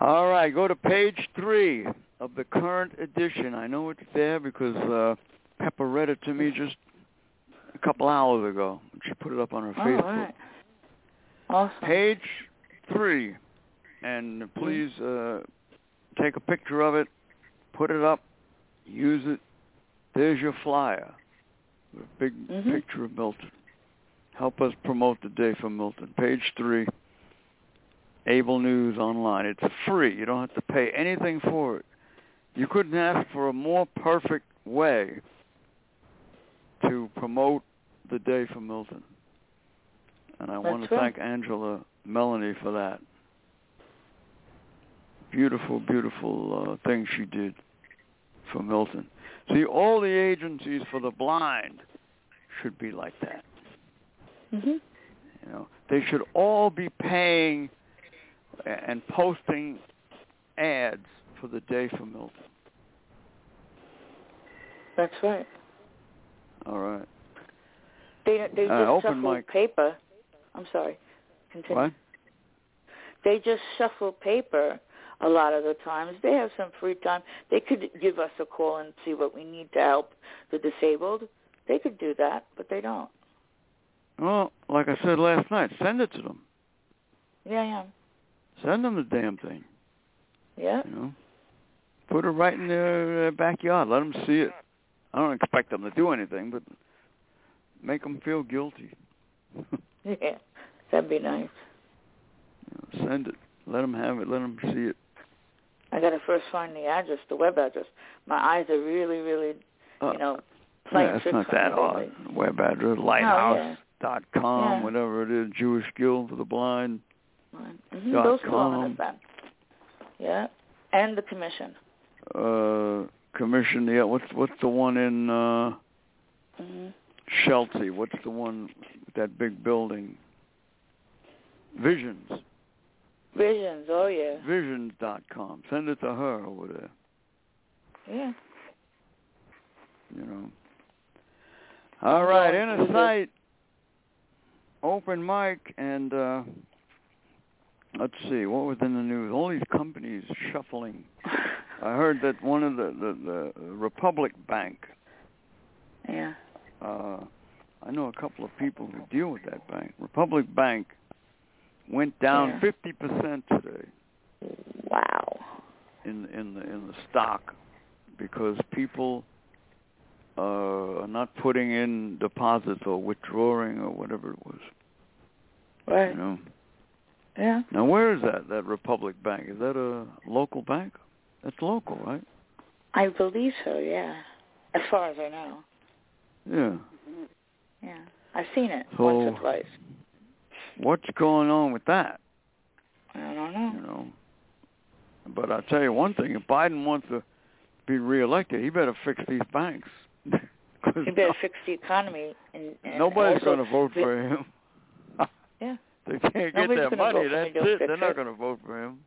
Speaker 2: All right, go to page three of the current edition. I know it's there because uh, Pepper read it to me just a couple hours ago. She put it up on her
Speaker 3: Oh,
Speaker 2: Facebook.
Speaker 3: all right. Awesome.
Speaker 2: Page three, and please uh, take a picture of it, put it up, use it. There's your flyer, with a big
Speaker 3: Mhm.
Speaker 2: picture of Milton. Help us promote the day for Milton. Page three, Able News Online. It's free. You don't have to pay anything for it. You couldn't ask for a more perfect way to promote the day for Milton. And I want
Speaker 3: That's
Speaker 2: to
Speaker 3: right.
Speaker 2: thank Angela Melanie for that. Beautiful, beautiful uh, thing she did for Milton. See, all the agencies for the blind should be like that.
Speaker 3: Mhm.
Speaker 2: You know, they should all be paying a- and posting ads for the day for Milton.
Speaker 3: That's right.
Speaker 2: All right.
Speaker 3: They they
Speaker 2: Uh,
Speaker 3: just
Speaker 2: open
Speaker 3: shuffle
Speaker 2: mic.
Speaker 3: paper. I'm sorry. Continue.
Speaker 2: What?
Speaker 3: They just shuffle paper a lot of the times. They have some free time. They could give us a call and see what we need to help the disabled. They could do that, but they don't.
Speaker 2: Well, like I said last night, send it to them.
Speaker 3: Yeah, yeah.
Speaker 2: Send them the damn thing.
Speaker 3: Yeah.
Speaker 2: You know, put it right in their, their backyard. Let them see it. I don't expect them to do anything, but make them feel guilty.
Speaker 3: Yeah. That'd be nice.
Speaker 2: Send it. Let them have it. Let them see it.
Speaker 3: I gotta first find the address, the web address. My eyes are really, really
Speaker 2: Uh,
Speaker 3: you know, playing
Speaker 2: yeah, it's
Speaker 3: tricks
Speaker 2: not
Speaker 3: on
Speaker 2: that
Speaker 3: me
Speaker 2: hard.
Speaker 3: lately.
Speaker 2: Web address,
Speaker 3: Oh, yeah.
Speaker 2: lighthouse dot com,
Speaker 3: Yeah.
Speaker 2: whatever it is, Jewish Guild for the Blind.
Speaker 3: Mhm,
Speaker 2: Dot
Speaker 3: Those two I'm gonna
Speaker 2: com.
Speaker 3: send. Yeah. And the commission.
Speaker 2: Uh, commission. Yeah, what's what's the one in uh,
Speaker 3: hmm
Speaker 2: Chelsea? What's the one with that big building? Visions.
Speaker 3: Visions, oh yeah.
Speaker 2: Visions dot com. Send it to her over there.
Speaker 3: Yeah.
Speaker 2: you know. All right,
Speaker 3: Well,
Speaker 2: inner
Speaker 3: it is.
Speaker 2: sight, open mic, and uh, let's see what was in the news. All these companies shuffling. I heard that one of the the, the Republic Bank
Speaker 3: Yeah.
Speaker 2: uh, I know a couple of people who deal with that bank. Republic Bank went down fifty percent today
Speaker 3: Wow.
Speaker 2: in in the in the stock because people uh, are not putting in deposits or withdrawing or whatever it was.
Speaker 3: Right.
Speaker 2: You know.
Speaker 3: Yeah.
Speaker 2: Now where is that that Republic Bank? Is that a local bank? That's local, right?
Speaker 3: I believe so, yeah. As far as I know.
Speaker 2: Yeah.
Speaker 3: Yeah. I've seen it
Speaker 2: So-
Speaker 3: once or twice.
Speaker 2: What's going on with that?
Speaker 3: I don't
Speaker 2: you
Speaker 3: know.
Speaker 2: know. But I'll tell you one thing: if Biden wants to be reelected, he better fix these banks. 'Cause
Speaker 3: You better fix the economy and, and
Speaker 2: nobody's
Speaker 3: also-
Speaker 2: going to vote for him.
Speaker 3: Yeah.
Speaker 2: They can't get
Speaker 3: Nobody's
Speaker 2: their
Speaker 3: gonna
Speaker 2: money.
Speaker 3: vote for him.
Speaker 2: That's
Speaker 3: They don't
Speaker 2: it.
Speaker 3: fix
Speaker 2: They're not
Speaker 3: it.
Speaker 2: going to vote for him.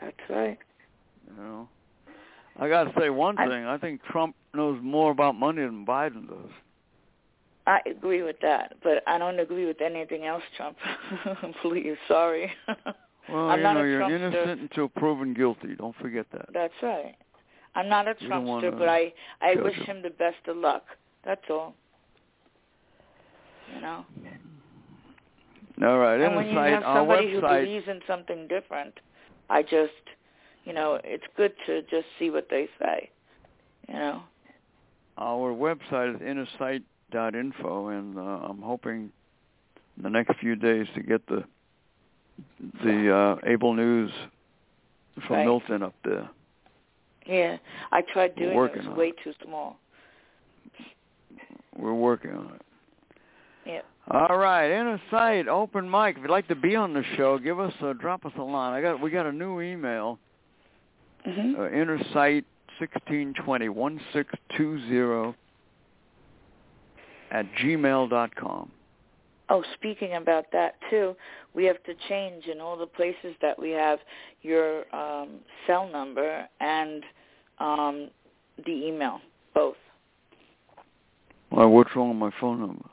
Speaker 3: That's right.
Speaker 2: You know. I got to say one
Speaker 3: I-
Speaker 2: thing: I think Trump knows more about money than Biden does.
Speaker 3: I agree with that, but I don't agree with anything else, Trump. Please, sorry.
Speaker 2: Well,
Speaker 3: I'm
Speaker 2: you
Speaker 3: not
Speaker 2: know,
Speaker 3: a
Speaker 2: you're
Speaker 3: Trumpster.
Speaker 2: innocent until proven guilty. Don't forget that.
Speaker 3: That's right. I'm not a
Speaker 2: We don't wanna
Speaker 3: Trumpster, but I I
Speaker 2: judge
Speaker 3: wish
Speaker 2: him.
Speaker 3: him the best of luck. That's all. You know.
Speaker 2: All right,
Speaker 3: and when you have
Speaker 2: Insight, our
Speaker 3: somebody who
Speaker 2: website.
Speaker 3: believes in something different, I just, you know, it's good to just see what they say. You know.
Speaker 2: our website is innersight.info, and uh, I'm hoping in the next few days to get the the uh, Able News from
Speaker 3: Right.
Speaker 2: Milton up there.
Speaker 3: Yeah. I tried
Speaker 2: We're
Speaker 3: doing it.
Speaker 2: working
Speaker 3: It
Speaker 2: on
Speaker 3: was way
Speaker 2: it.
Speaker 3: too small.
Speaker 2: We're working on it.
Speaker 3: Yeah.
Speaker 2: All right, Inner Sight, open mic. If you'd like to be on the show, give us a, drop us a line. I got we got a new email,
Speaker 3: hmm
Speaker 2: uh, Inner Sight sixteen twenty one six two zero at gmail dot com.
Speaker 3: Oh, speaking about that too, we have to change in all the places that we have your um, cell number and um, the email, both.
Speaker 2: Why? What's wrong with my phone number?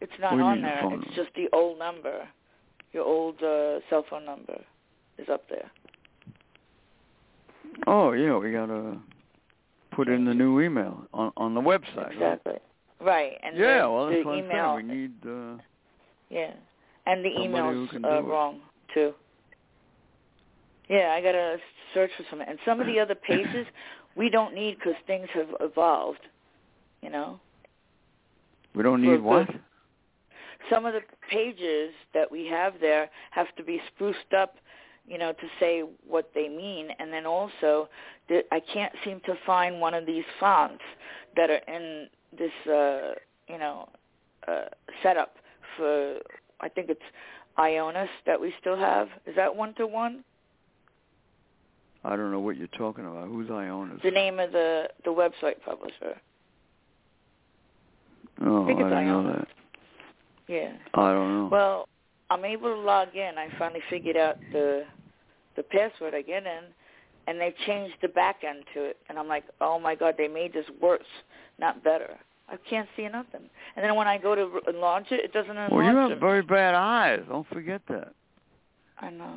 Speaker 3: It's not
Speaker 2: What do you
Speaker 3: on
Speaker 2: mean your
Speaker 3: there.
Speaker 2: phone
Speaker 3: It's
Speaker 2: number?
Speaker 3: just the old number. Your old uh, cell phone number is up there.
Speaker 2: Oh yeah, we gotta put in the new email on on the website. right?
Speaker 3: Exactly. Right. And
Speaker 2: Yeah,
Speaker 3: the,
Speaker 2: well
Speaker 3: the
Speaker 2: that's what
Speaker 3: email.
Speaker 2: I'm saying. We need uh,
Speaker 3: yeah. And the
Speaker 2: somebody who
Speaker 3: email's
Speaker 2: can
Speaker 3: uh,
Speaker 2: do it.
Speaker 3: wrong too. Yeah, I gotta search for some. And some of the other pages we don't need because things have evolved. You know,
Speaker 2: we don't
Speaker 3: Well,
Speaker 2: need what?
Speaker 3: good. some of the pages that we have there have to be spruced up. You know, to say what they mean, and then also that I can't seem to find one of these fonts that are in this, uh, you know, uh, setup for. I think it's Ionis that we still have. Is that one to one?
Speaker 2: I don't know what you're talking about. Who's Ionis?
Speaker 3: the name of the the website publisher.
Speaker 2: oh,
Speaker 3: I think it's
Speaker 2: don't know
Speaker 3: Ionis.
Speaker 2: that.
Speaker 3: Yeah.
Speaker 2: I don't know.
Speaker 3: Well, I'm able to log in. I finally figured out the the password. I get in, and they changed the back end to it. And I'm like, oh my god, they made this worse, not better. I can't see nothing. And then when I go to re- enlarge it, it doesn't enlarge
Speaker 2: Well, you have
Speaker 3: it.
Speaker 2: very bad eyes. Don't forget that.
Speaker 3: I know.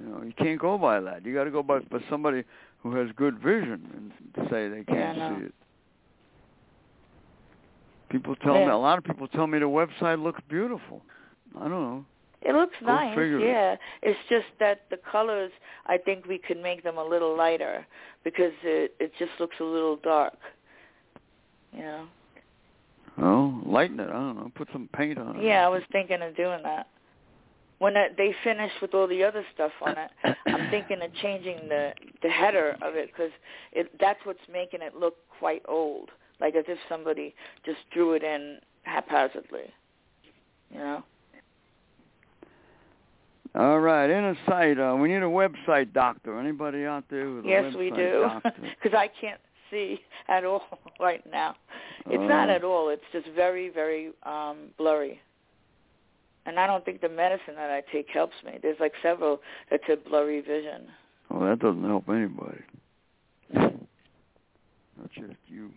Speaker 2: You know, you can't go by that. You got to go by by somebody who has good vision and say they can't
Speaker 3: know.
Speaker 2: see it. People tell me
Speaker 3: Yeah.
Speaker 2: a lot of people tell me the website looks beautiful. I don't know.
Speaker 3: It looks
Speaker 2: Go
Speaker 3: nice,
Speaker 2: figure.
Speaker 3: yeah. It's just that the colors, I think we could make them a little lighter because it it just looks a little dark. You know.
Speaker 2: Oh, lighten it. I don't know. Put some paint on it.
Speaker 3: Yeah, I was thinking of doing that. When uh, they finish with all the other stuff on it, I'm thinking of changing the the header of it because it that's what's making it look quite old, like as if somebody just drew it in haphazardly. You know?
Speaker 2: All right, inner sight. Uh, we need a website doctor. Anybody out there with a
Speaker 3: yes,
Speaker 2: website
Speaker 3: we do.
Speaker 2: doctor?
Speaker 3: Because I can't see at all right now. It's not
Speaker 2: Oh.
Speaker 3: at all. It's just very, very um blurry. And I don't think the medicine that I take helps me. There's like several that's a blurry vision.
Speaker 2: Well, that doesn't help anybody. That's just you.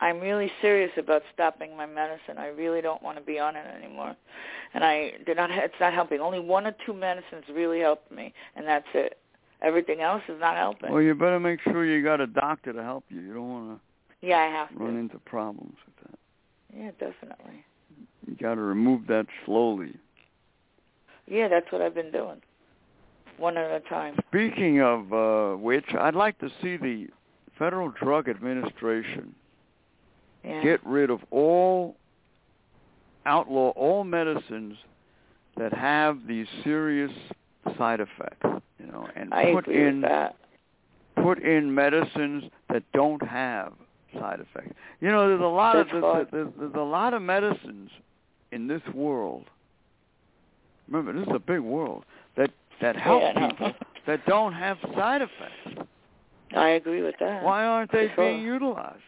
Speaker 3: I'm really serious about stopping my medicine. I really don't want to be on it anymore, and I they're not. It's not helping. Only one or two medicines really help me, and that's it. Everything else is not helping.
Speaker 2: Well, you better make sure you got a doctor to help you. You don't want
Speaker 3: Yeah, I have to.
Speaker 2: run into problems with that.
Speaker 3: Yeah, definitely.
Speaker 2: You got to remove that slowly.
Speaker 3: Yeah, that's what I've been doing. One at a time.
Speaker 2: Speaking of uh, which, I'd like to see the Federal Drug Administration
Speaker 3: Yeah.
Speaker 2: get rid of all outlaw all medicines that have these serious side effects, you know, and
Speaker 3: I
Speaker 2: put
Speaker 3: agree
Speaker 2: in
Speaker 3: with that.
Speaker 2: put in medicines that don't have side effects. You know, there's a lot
Speaker 3: That's
Speaker 2: of
Speaker 3: right.
Speaker 2: there's, there's, there's a lot of medicines in this world. Remember, this is a big world that that help
Speaker 3: Yeah, I know.
Speaker 2: people that don't have side effects.
Speaker 3: I agree with that.
Speaker 2: Why aren't they
Speaker 3: For sure.
Speaker 2: being utilized?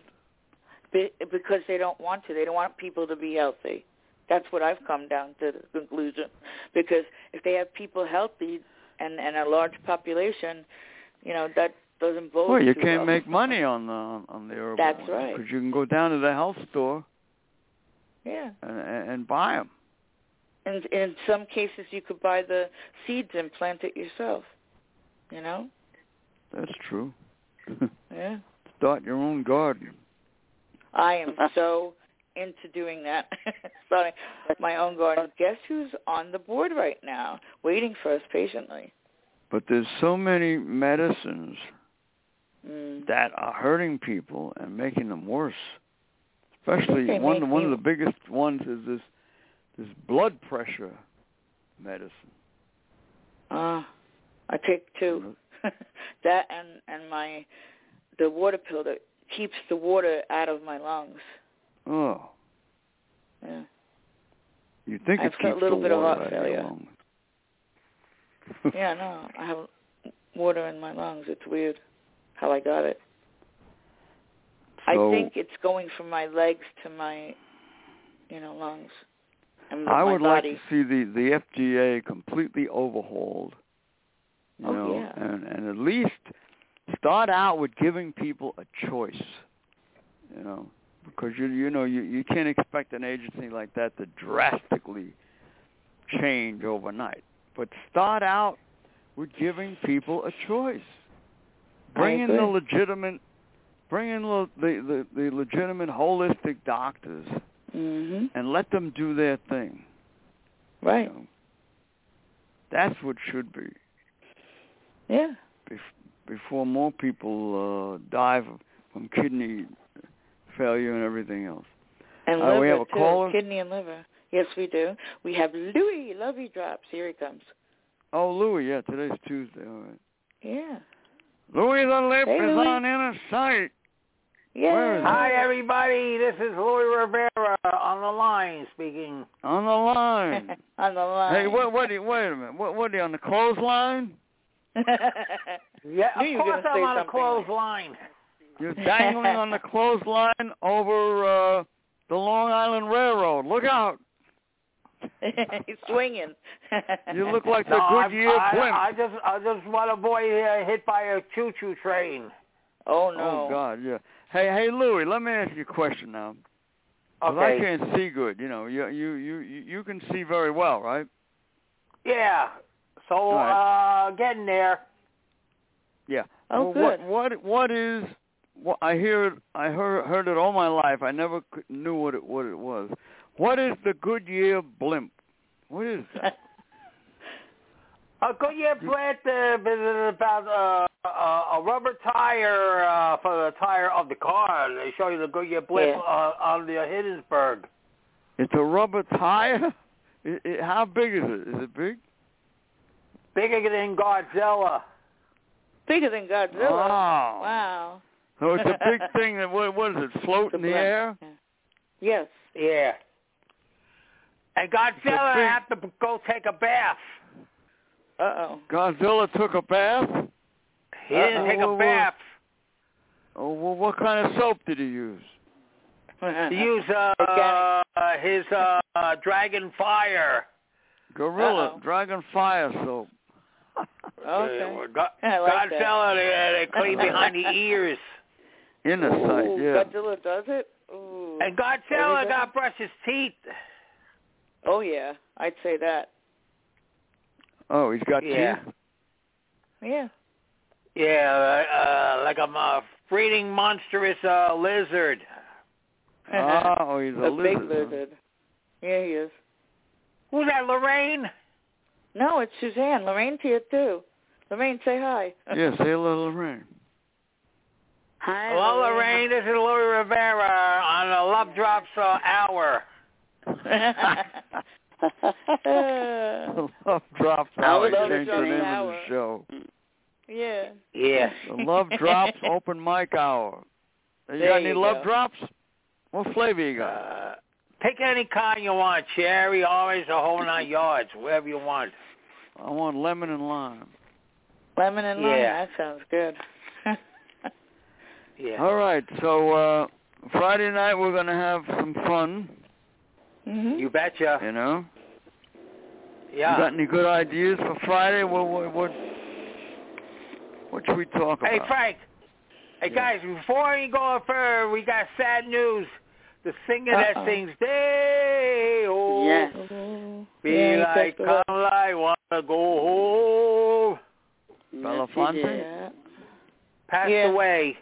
Speaker 3: Be- because they don't want to. They don't want people to be healthy. That's what I've come down to the conclusion. Because if they have people healthy and and a large population, you know that doesn't bode.
Speaker 2: Well, you
Speaker 3: too
Speaker 2: can't make
Speaker 3: for
Speaker 2: money
Speaker 3: them.
Speaker 2: on the on the herbal.
Speaker 3: That's right.
Speaker 2: Because you can go down to the health store
Speaker 3: Yeah,
Speaker 2: and and and buy them.
Speaker 3: and in some cases you could buy the seeds and plant it yourself. You know.
Speaker 2: That's true.
Speaker 3: Yeah.
Speaker 2: Start your own garden.
Speaker 3: I am so into doing that. Sorry, my own garden. Guess who's on the board right now, waiting for us patiently?
Speaker 2: But there's so many medicines
Speaker 3: Mm.
Speaker 2: that are hurting people and making them worse. Especially
Speaker 3: They
Speaker 2: one
Speaker 3: make
Speaker 2: one of
Speaker 3: me-
Speaker 2: the biggest ones is this this blood pressure medicine.
Speaker 3: Ah, I take two.
Speaker 2: Mm-hmm.
Speaker 3: that and and my the water pill that keeps the water out of my lungs.
Speaker 2: Oh,
Speaker 3: Yeah.
Speaker 2: you think
Speaker 3: I've
Speaker 2: it
Speaker 3: got a
Speaker 2: keeps
Speaker 3: little
Speaker 2: the
Speaker 3: bit of
Speaker 2: water
Speaker 3: heart
Speaker 2: out of
Speaker 3: failure.
Speaker 2: your lungs.
Speaker 3: Yeah, no, I have water in my lungs. It's weird how I got it.
Speaker 2: So
Speaker 3: I think it's going from my legs to my, you know, lungs. And
Speaker 2: I
Speaker 3: my
Speaker 2: would like
Speaker 3: body.
Speaker 2: to see the the FDA completely overhauled. You
Speaker 3: Oh,
Speaker 2: know,
Speaker 3: yeah.
Speaker 2: and and at least start out with giving people a choice. You know, because you you know you you can't expect an agency like that to drastically change overnight. But start out with giving people a choice. Bring in the
Speaker 3: agree.
Speaker 2: legitimate, bring in the the the, the legitimate holistic doctors
Speaker 3: Mm-hmm.
Speaker 2: and let them do their thing. you
Speaker 3: Right.
Speaker 2: know. That's what should be
Speaker 3: Yeah.
Speaker 2: bef- before more people uh, die from, from kidney failure and everything else.
Speaker 3: And
Speaker 2: Uh,
Speaker 3: liver
Speaker 2: we have a
Speaker 3: too.
Speaker 2: caller?
Speaker 3: Kidney and liver. Yes, we do. We have Louis Lovey drops. Here he comes.
Speaker 2: Oh, Louis, yeah, today's Tuesday. All right.
Speaker 3: Yeah.
Speaker 2: Louis the Lip
Speaker 3: Hey,
Speaker 2: is
Speaker 3: Louis.
Speaker 2: on inner sight.
Speaker 3: Yeah.
Speaker 2: Where is
Speaker 7: Hi, everybody. This is Louis Rivera on the line speaking.
Speaker 2: On the line.
Speaker 3: on the line.
Speaker 2: hey, what? What? do you- Wait a minute. What? What? Are you on the clothesline?
Speaker 7: Yeah,
Speaker 3: Knew you
Speaker 7: of
Speaker 3: were gonna
Speaker 7: course I'm
Speaker 3: say
Speaker 7: on a
Speaker 3: something like-
Speaker 7: clothesline.
Speaker 2: You're dangling on the clothesline over uh, the Long Island Railroad. Look out!
Speaker 3: He's swinging.
Speaker 2: You look like
Speaker 7: no,
Speaker 2: the
Speaker 7: I,
Speaker 2: Goodyear blimp.
Speaker 7: I, I just I just want a boy uh, hit by a choo-choo train.
Speaker 3: Oh no.
Speaker 2: Oh God, yeah. Hey, hey, Louie, let me ask you a question now. 'Cause I
Speaker 7: Okay.
Speaker 2: can't see good. You know, you you you you you can see very well, right?
Speaker 7: Yeah. So
Speaker 2: All
Speaker 7: uh getting there.
Speaker 2: Yeah.
Speaker 3: Oh,
Speaker 2: well,
Speaker 3: good.
Speaker 2: What what what is? What I hear it. I heard heard it all my life. I never could- knew what it what it was. What is the Goodyear blimp? What is that?
Speaker 7: A Goodyear plant uh, is about uh, a, a rubber tire uh, for the tire of the car. They show you the Goodyear blimp
Speaker 3: Yeah.
Speaker 7: uh, on the Hiddensburg.
Speaker 2: it's a rubber tire. It, it, how big is it? Is it big?
Speaker 7: Bigger than Godzilla.
Speaker 3: Bigger than Godzilla.
Speaker 2: Wow.
Speaker 3: Wow.
Speaker 2: So it's a big thing that what what is it? Float
Speaker 3: The
Speaker 2: in the
Speaker 3: blimp.
Speaker 2: air?
Speaker 3: Yeah. Yes.
Speaker 7: Yeah. And Godzilla had to go take a bath.
Speaker 3: Uh oh.
Speaker 2: Godzilla took a bath.
Speaker 7: He didn't
Speaker 2: Uh-oh.
Speaker 7: take
Speaker 2: Whoa, whoa.
Speaker 7: a bath.
Speaker 2: Oh, well, what kind of soap did he use?
Speaker 7: He used uh,
Speaker 3: Organic.
Speaker 7: uh, his uh, uh, dragon fire.
Speaker 2: Gorilla
Speaker 3: Uh-oh.
Speaker 2: Dragon Fire soap.
Speaker 3: Okay.
Speaker 7: Uh, Go-
Speaker 3: I like that.
Speaker 7: Godzilla, they, they clean behind the ears.
Speaker 2: In the sight,
Speaker 3: Ooh,
Speaker 2: yeah.
Speaker 3: Godzilla does it. Ooh.
Speaker 7: And Godzilla got to brush his teeth.
Speaker 3: oh yeah, I'd say that.
Speaker 2: Oh, he's got
Speaker 7: Yeah.
Speaker 2: teeth.
Speaker 3: Yeah.
Speaker 7: Yeah, uh, uh, like a uh, breeding monstrous uh, lizard.
Speaker 2: Oh, he's a,
Speaker 3: a big
Speaker 2: lizard. huh?
Speaker 3: lizard. Yeah, he is.
Speaker 7: Who's that, Lorraine?
Speaker 3: No, it's Suzanne. Lorraine's here too. Lorraine, say hi.
Speaker 2: Yes, say hello, Lorraine.
Speaker 4: Hi.
Speaker 7: Hello, Lorraine. This is Louis Rivera on the Love Drops uh, Hour.
Speaker 3: Uh,
Speaker 2: love drops
Speaker 3: I
Speaker 2: hour.
Speaker 3: would love to
Speaker 2: Change the
Speaker 3: join
Speaker 2: name of
Speaker 3: hour.
Speaker 2: the show.
Speaker 3: yeah.
Speaker 7: Yes.
Speaker 2: The love drops open mic hour. You
Speaker 3: There
Speaker 2: got any
Speaker 3: you
Speaker 2: love
Speaker 3: go.
Speaker 2: drops? What flavor you got?
Speaker 7: Uh, pick any kind you want. Cherry, orange, the whole nine yards. Whatever you want.
Speaker 3: Uh,
Speaker 2: I want lemon and lime.
Speaker 3: Lemon and lime.
Speaker 7: Yeah.
Speaker 3: That sounds good.
Speaker 7: Yeah.
Speaker 2: All right, so uh Friday night we're gonna have some fun.
Speaker 3: hmm
Speaker 7: You betcha.
Speaker 2: You know,
Speaker 7: Yeah.
Speaker 2: you got any good ideas for Friday? What what what, what should we talk
Speaker 7: Hey
Speaker 2: about?
Speaker 7: Frank. Hey
Speaker 2: Yeah.
Speaker 7: guys, before you go any further, we got sad news. The singer
Speaker 3: Uh-oh.
Speaker 7: that sings "Day Oh
Speaker 4: Yes.
Speaker 7: Be
Speaker 3: Yeah, he
Speaker 7: Like
Speaker 3: took the road.
Speaker 7: Carla, I Wanna Go Home"
Speaker 4: Yes,
Speaker 2: Belafonte?
Speaker 4: you did.
Speaker 3: Yeah.
Speaker 7: passed
Speaker 3: Yeah.
Speaker 7: away.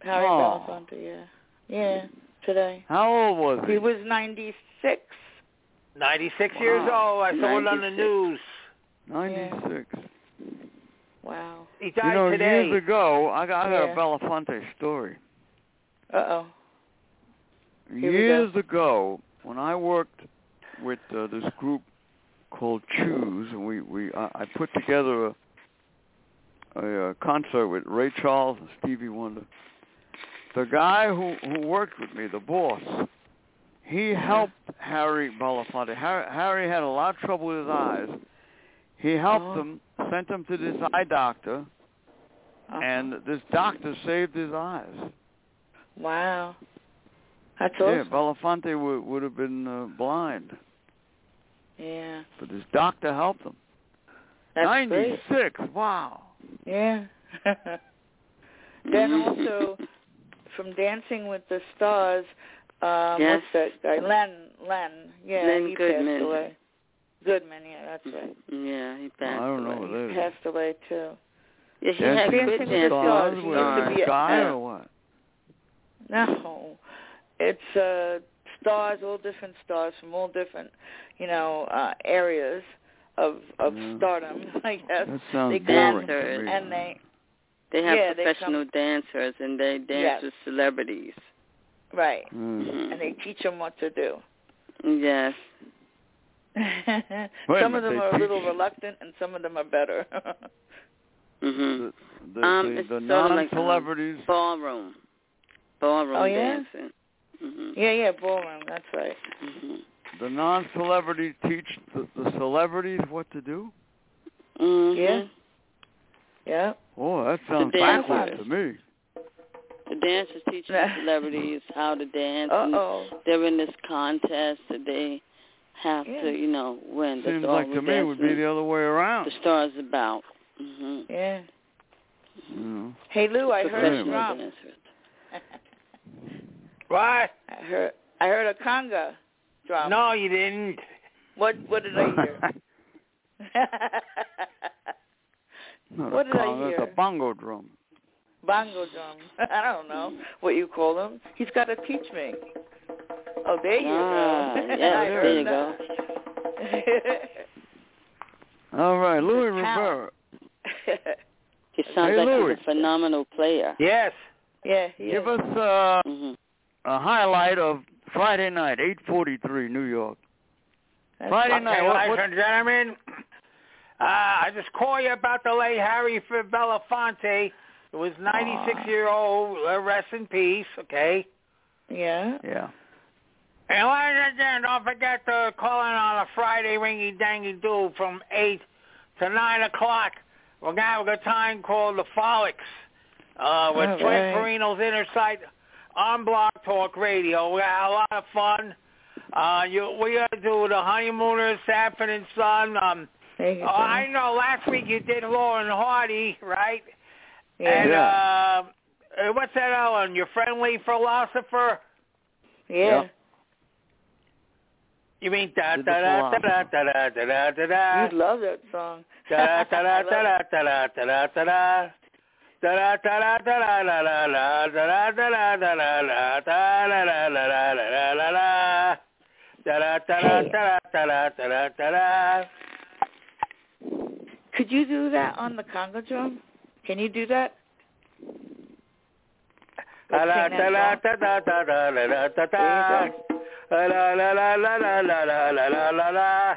Speaker 3: Harry
Speaker 2: Aw.
Speaker 3: Belafonte. Yeah. Yeah. Today.
Speaker 2: How old was he?
Speaker 3: He was 96.
Speaker 7: Ninety-six years old. I saw it on the
Speaker 4: 96.
Speaker 7: news.
Speaker 2: Ninety-six.
Speaker 3: Wow.
Speaker 7: He
Speaker 2: You
Speaker 7: died
Speaker 2: know,
Speaker 7: today.
Speaker 2: years ago, I got, I got
Speaker 3: Yeah.
Speaker 2: a Belafonte story.
Speaker 3: Uh-oh. Here we go.
Speaker 2: years ago, when I worked with uh, this group called Choose, and we we I, I put together a, a uh, concert with Ray Charles and Stevie Wonder. The guy who who worked with me, the boss, he
Speaker 3: Mm-hmm.
Speaker 2: helped Harry Belafonte. Harry, Harry had a lot of trouble with his eyes. He helped
Speaker 3: Oh.
Speaker 2: him, sent him to this eye doctor,
Speaker 3: Uh-huh.
Speaker 2: and this doctor saved his eyes.
Speaker 3: Wow. That's
Speaker 2: Yeah,
Speaker 3: awesome.
Speaker 2: Belafonte would would have been uh, blind.
Speaker 3: Yeah.
Speaker 2: but his doctor helped him.
Speaker 3: That's great.
Speaker 2: 96. Wow.
Speaker 3: Yeah. then also from Dancing with the Stars, um,
Speaker 4: Yes.
Speaker 3: what's that guy? Len. Len. Yeah,
Speaker 4: Len
Speaker 3: he
Speaker 4: Goodman.
Speaker 3: passed away. Goodman. Yeah, that's right.
Speaker 4: Yeah, he
Speaker 2: I
Speaker 4: passed
Speaker 2: don't know
Speaker 4: away.
Speaker 2: what that
Speaker 3: He
Speaker 2: is.
Speaker 3: passed away too.
Speaker 4: Yeah, he
Speaker 2: Dancing
Speaker 4: had good
Speaker 2: with
Speaker 3: the
Speaker 4: dancing
Speaker 3: Stars.
Speaker 2: Stars
Speaker 3: He
Speaker 2: with
Speaker 3: used to be
Speaker 2: a
Speaker 3: a-
Speaker 2: guy or what?
Speaker 3: No, it's uh, stars, all different stars from all different, you know, uh, areas of of
Speaker 4: Mm.
Speaker 2: Yeah.
Speaker 3: stardom, I guess.
Speaker 2: That sounds
Speaker 3: they
Speaker 2: boring.
Speaker 4: come
Speaker 2: to me.
Speaker 3: and they
Speaker 4: They have
Speaker 3: Yeah, they
Speaker 4: professional
Speaker 3: come-
Speaker 4: dancers and they dance
Speaker 3: Yes.
Speaker 4: with celebrities.
Speaker 3: right,
Speaker 2: Mm.
Speaker 3: and they teach them what to do.
Speaker 4: Yes.
Speaker 2: Wait a
Speaker 3: some of
Speaker 2: minute,
Speaker 3: them
Speaker 2: they
Speaker 3: are a little
Speaker 2: teach-
Speaker 3: reluctant, and some of them are better.
Speaker 4: Mhm.
Speaker 2: The, the,
Speaker 4: Um,
Speaker 2: the,
Speaker 4: it's
Speaker 2: the
Speaker 4: sorta like, um,
Speaker 2: non-celebrities.
Speaker 4: Ballroom. Ballroom
Speaker 3: Oh, yeah?
Speaker 4: dancing. Mhm.
Speaker 3: yeah, yeah, ballroom. That's right.
Speaker 4: Mhm.
Speaker 2: the non-celebrities teach the, the celebrities what to do?
Speaker 7: Mm-hmm.
Speaker 4: Mhm.
Speaker 3: Yeah. Yeah.
Speaker 2: Oh, that sounds
Speaker 4: dancers.
Speaker 2: backward to me.
Speaker 4: The dancers teach the celebrities how to dance.
Speaker 3: Uh
Speaker 4: and
Speaker 3: oh.
Speaker 4: They're in this contest that they have
Speaker 3: Yeah.
Speaker 4: to, you know, win. That's
Speaker 2: Seems
Speaker 4: all
Speaker 2: like
Speaker 4: the
Speaker 2: to me it would be
Speaker 4: dancing
Speaker 2: the other way around.
Speaker 4: the stars about. hmm
Speaker 3: Yeah.
Speaker 2: You know.
Speaker 3: Hey Lou, I heard a
Speaker 2: Anyway.
Speaker 4: Professional
Speaker 3: drum.
Speaker 4: dancers.
Speaker 7: What?
Speaker 3: I heard I heard a conga
Speaker 4: Um,
Speaker 3: drum.
Speaker 7: No, you didn't.
Speaker 3: What what did I hear?
Speaker 2: Not
Speaker 3: What
Speaker 2: a
Speaker 3: did I
Speaker 2: conga, it's
Speaker 3: hear?
Speaker 2: a bongo drum.
Speaker 3: Bongo drum. I don't know what you call them. He's got to teach me. Oh, there you
Speaker 4: Ah,
Speaker 3: go.
Speaker 4: yes,
Speaker 3: I
Speaker 4: there you
Speaker 3: heard
Speaker 4: go.
Speaker 3: that.
Speaker 2: All right, Louis
Speaker 3: How?
Speaker 2: Rivera.
Speaker 4: He sounds
Speaker 2: Hey,
Speaker 4: like
Speaker 2: Louis.
Speaker 4: he's a phenomenal player.
Speaker 7: Yes.
Speaker 3: yeah. He
Speaker 2: Give
Speaker 3: is.
Speaker 2: us uh,
Speaker 4: hmm
Speaker 2: a highlight of Friday night, 8:43, New York.
Speaker 3: That's-
Speaker 2: Friday night.
Speaker 7: Okay,
Speaker 2: what-
Speaker 7: ladies
Speaker 2: what-
Speaker 7: and gentlemen, uh, I just call you about the late Harry F- Belafonte. It was 96
Speaker 3: Aw.
Speaker 7: year old. uh, Rest in peace. Okay.
Speaker 3: Yeah.
Speaker 2: yeah.
Speaker 7: And ladies and gentlemen, don't forget to call in on a Friday ringy dangy do from eight to nine o'clock. We're gonna have a good time called the Frolics. Uh with
Speaker 3: All right.
Speaker 7: Frank Perino's Inner Sight on Block Talk Radio. We had a lot of fun. Uh you we gotta do the honeymooners, Saffron and Son. Um
Speaker 3: There you
Speaker 7: oh,
Speaker 3: go.
Speaker 7: I know last week you did Lauren Hardy, right? And
Speaker 3: yeah.
Speaker 7: uh uh, what's that Ellen? Your friendly philosopher?
Speaker 3: yeah.
Speaker 2: yeah.
Speaker 7: You mean da
Speaker 2: Did the
Speaker 7: da da da da
Speaker 2: philosopher.
Speaker 7: da da da da da da
Speaker 3: You'd love that song. I love
Speaker 7: da da da da da da da da da da da da da da da da da da da da da da da da da da da da da da da
Speaker 3: Could you do that on the Congo drum? Can you do that?
Speaker 7: La la da la da da da da la la da da. La la la la la la la la la la la la.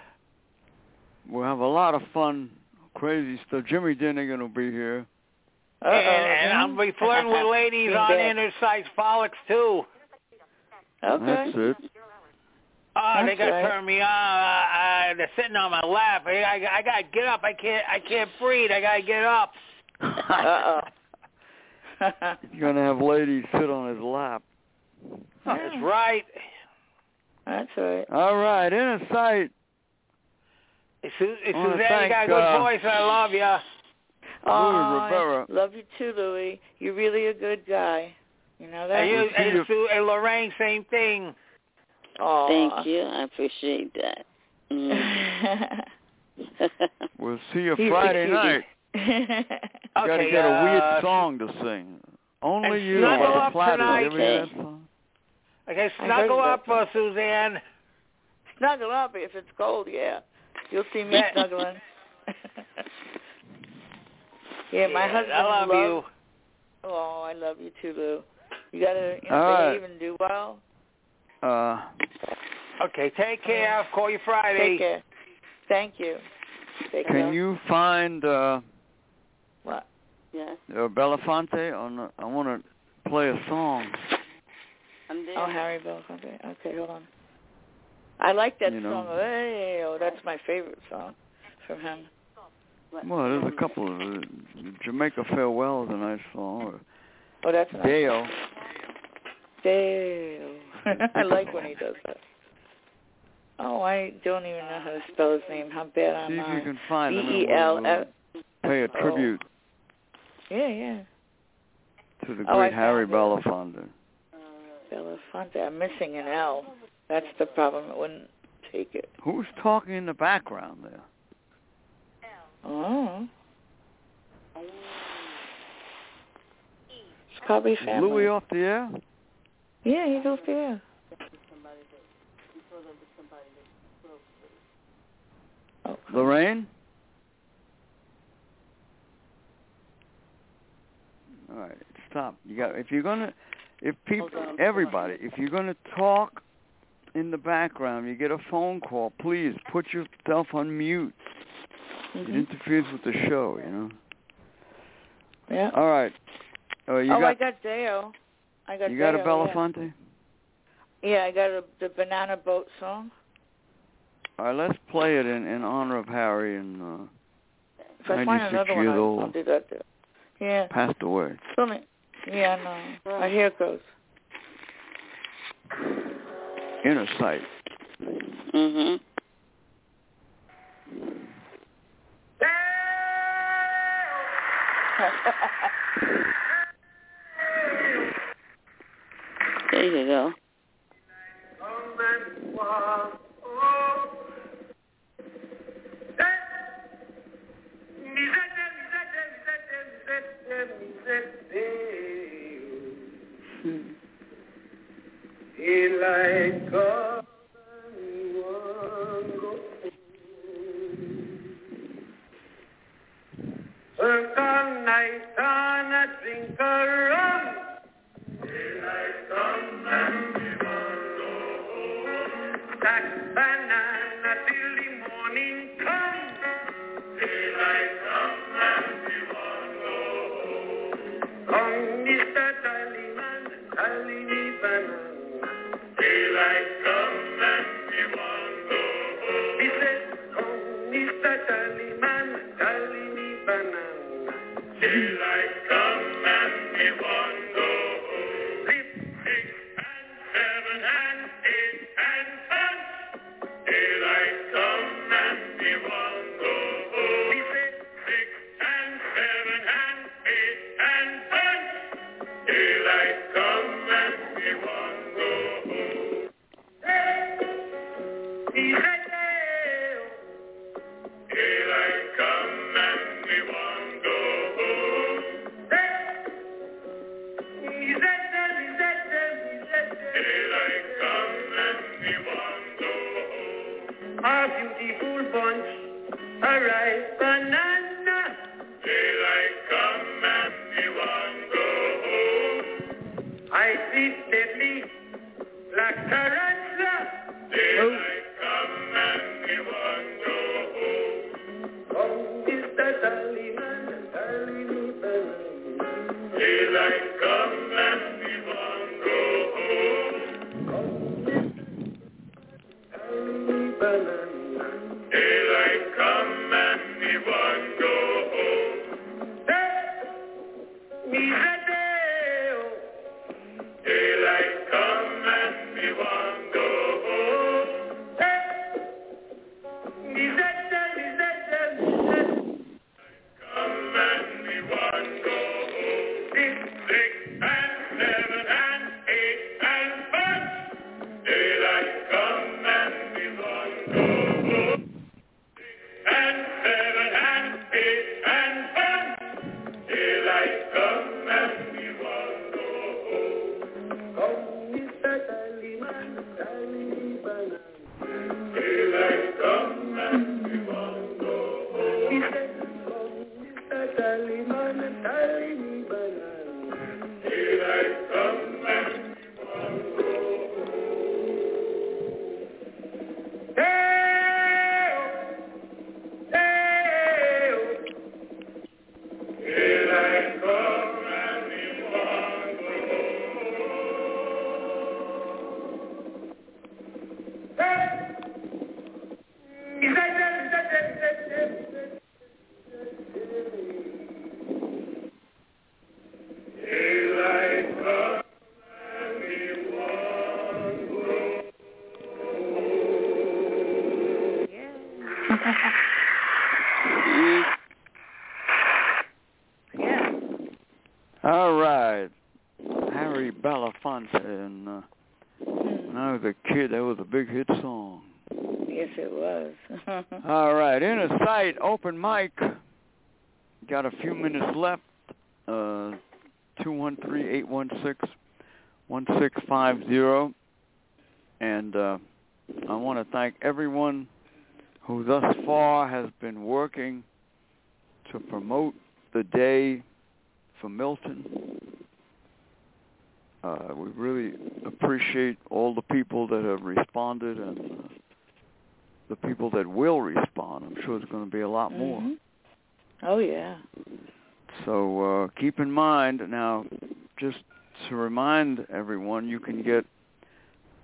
Speaker 2: we'll have a lot of fun, crazy stuff. Jimmy Dennigan will be here.
Speaker 3: Uh-oh.
Speaker 7: And, and I'll be flirting with ladies on
Speaker 3: Yeah.
Speaker 7: intersex frolics too.
Speaker 3: Okay.
Speaker 2: That's it.
Speaker 7: Oh, they
Speaker 3: That's
Speaker 7: got to
Speaker 3: right.
Speaker 7: turn me on. Uh, uh, they're sitting on my lap. I, I, I gotta get up. I can't. I can't breathe. I gotta get up.
Speaker 3: Uh oh.
Speaker 2: You're gonna have ladies sit on his lap.
Speaker 7: That's right.
Speaker 3: That's right.
Speaker 2: All right, Inner Sight.
Speaker 7: Su-
Speaker 2: wanna
Speaker 7: Suzanne, you got a
Speaker 2: thank,
Speaker 7: good
Speaker 2: uh,
Speaker 7: voice. I love you.
Speaker 3: Aw,
Speaker 2: Rivera.
Speaker 3: Love you too, Louis. You're really a good guy. You know that?
Speaker 7: And, you,
Speaker 2: see
Speaker 7: and,
Speaker 2: you.
Speaker 7: Sue, and Lorraine, same thing.
Speaker 3: Aw.
Speaker 4: Thank you. I appreciate that. Mm.
Speaker 2: We'll see you
Speaker 3: He's a
Speaker 2: Friday
Speaker 3: cutie.
Speaker 2: night. You gotta
Speaker 7: Okay,
Speaker 2: get a
Speaker 7: uh,
Speaker 2: weird song to sing. Only
Speaker 7: and
Speaker 2: you
Speaker 7: snuggle
Speaker 2: on the
Speaker 7: up
Speaker 2: platter.
Speaker 7: tonight.
Speaker 2: Give me that song.
Speaker 7: Okay,
Speaker 3: I heard
Speaker 7: snuggle
Speaker 3: about
Speaker 7: up, uh, Suzanne.
Speaker 3: Snuggle up if it's cold, yeah. You'll see me
Speaker 7: Yeah.
Speaker 3: snuggling. yeah, my husband
Speaker 7: I love
Speaker 3: loves,
Speaker 7: you.
Speaker 3: Oh, I love you too, Lou. You gotta you
Speaker 2: All
Speaker 3: know,
Speaker 2: right.
Speaker 3: behave and do well.
Speaker 2: Uh,
Speaker 7: Okay, take care. I'll call you Friday.
Speaker 3: Take care. Thank you. Take
Speaker 2: can
Speaker 3: care.
Speaker 2: you find uh,
Speaker 3: What?
Speaker 4: yeah,
Speaker 2: uh, Belafonte? On the, I want to play a song.
Speaker 4: I'm there.
Speaker 3: Oh, Harry Belafonte. Okay, hold on. I like that
Speaker 2: You know.
Speaker 3: song. Hey, oh, that's my favorite song from him.
Speaker 2: Well, there's a couple of uh, Jamaica Farewell is a nice song.
Speaker 3: Oh, that's
Speaker 2: Or
Speaker 3: nice.
Speaker 2: Dale.
Speaker 3: Dale. I like when he does that. Oh, I don't even know how to spell his name. How bad
Speaker 2: See
Speaker 3: am
Speaker 2: if you
Speaker 3: I?
Speaker 2: can find him. and
Speaker 3: B E L
Speaker 2: we'll
Speaker 3: F.
Speaker 2: Pay a
Speaker 3: Oh.
Speaker 2: tribute
Speaker 3: Yeah, yeah.
Speaker 2: to the
Speaker 3: Oh, I
Speaker 2: great Harry
Speaker 3: found
Speaker 2: Belafonte.
Speaker 3: Belafonte. I'm missing an L. That's the problem. It wouldn't take it.
Speaker 2: Who's talking in the background there?
Speaker 3: Oh. It's probably family.
Speaker 2: Louis off the air?
Speaker 3: Yeah, he's off the air. Oh,
Speaker 2: Lorraine? All right, stop. You got if you're gonna if people everybody, if you're gonna talk in the background, you get a phone call, please put yourself on mute. It
Speaker 3: mhm.
Speaker 2: interferes with the show, you know.
Speaker 3: Yeah.
Speaker 2: All right. Oh you
Speaker 3: oh,
Speaker 2: got,
Speaker 3: I got Deo. I got
Speaker 2: you got
Speaker 3: Deo,
Speaker 2: a Belafonte?
Speaker 3: Yeah, yeah I got a, the banana boat song
Speaker 2: All right, let's play it in, in honor of Harry and uh
Speaker 3: If I find
Speaker 2: 96
Speaker 3: another one,
Speaker 2: years
Speaker 3: I'll,
Speaker 2: old.
Speaker 3: I'll do that too. Yeah.
Speaker 2: passed away.
Speaker 3: Let me. Yeah, I know. My hair goes.
Speaker 2: Inner sight.
Speaker 4: Mhm. There you go.
Speaker 8: Daylight come and A beautiful bunch, a ripe banana. Daylight come and we won't go home. I sleep deadly like tarantula. Daylight come and we won't go home. Oh, Mr. Tallyman, Tallyman. Daylight come and we won't go home. Oh, Daylight come and we won't go home. Me a day. oh. Daylight come and we won't go home. Me a day, me a day, me a day. Come and we won't go home. Six, six and seven and eight and five. Daylight come and we won't go home. Six and seven and eight and five. Daylight come and we won't go home. Come, Mr. Tallyman, Tallyman. Daylight come and we won't go home. Mr. Tallyman, Tallyman. Daylight come and um um
Speaker 4: Yeah.
Speaker 2: All right. Harry Belafonte and uh, when I was a kid, that was a big hit song.
Speaker 3: Hmm. Yes, it was.
Speaker 2: All right, in a sight, open mic. Got a few minutes left. Uh, 213-816-1650. And uh, I want to thank everyone who thus far has been working to promote the day for Milton. Uh, we really appreciate all the people that have responded and uh, the people that will respond. I'm sure there's going to be a lot more.
Speaker 3: Mhm. Oh yeah.
Speaker 2: So uh, keep in mind now, just to remind everyone, you can get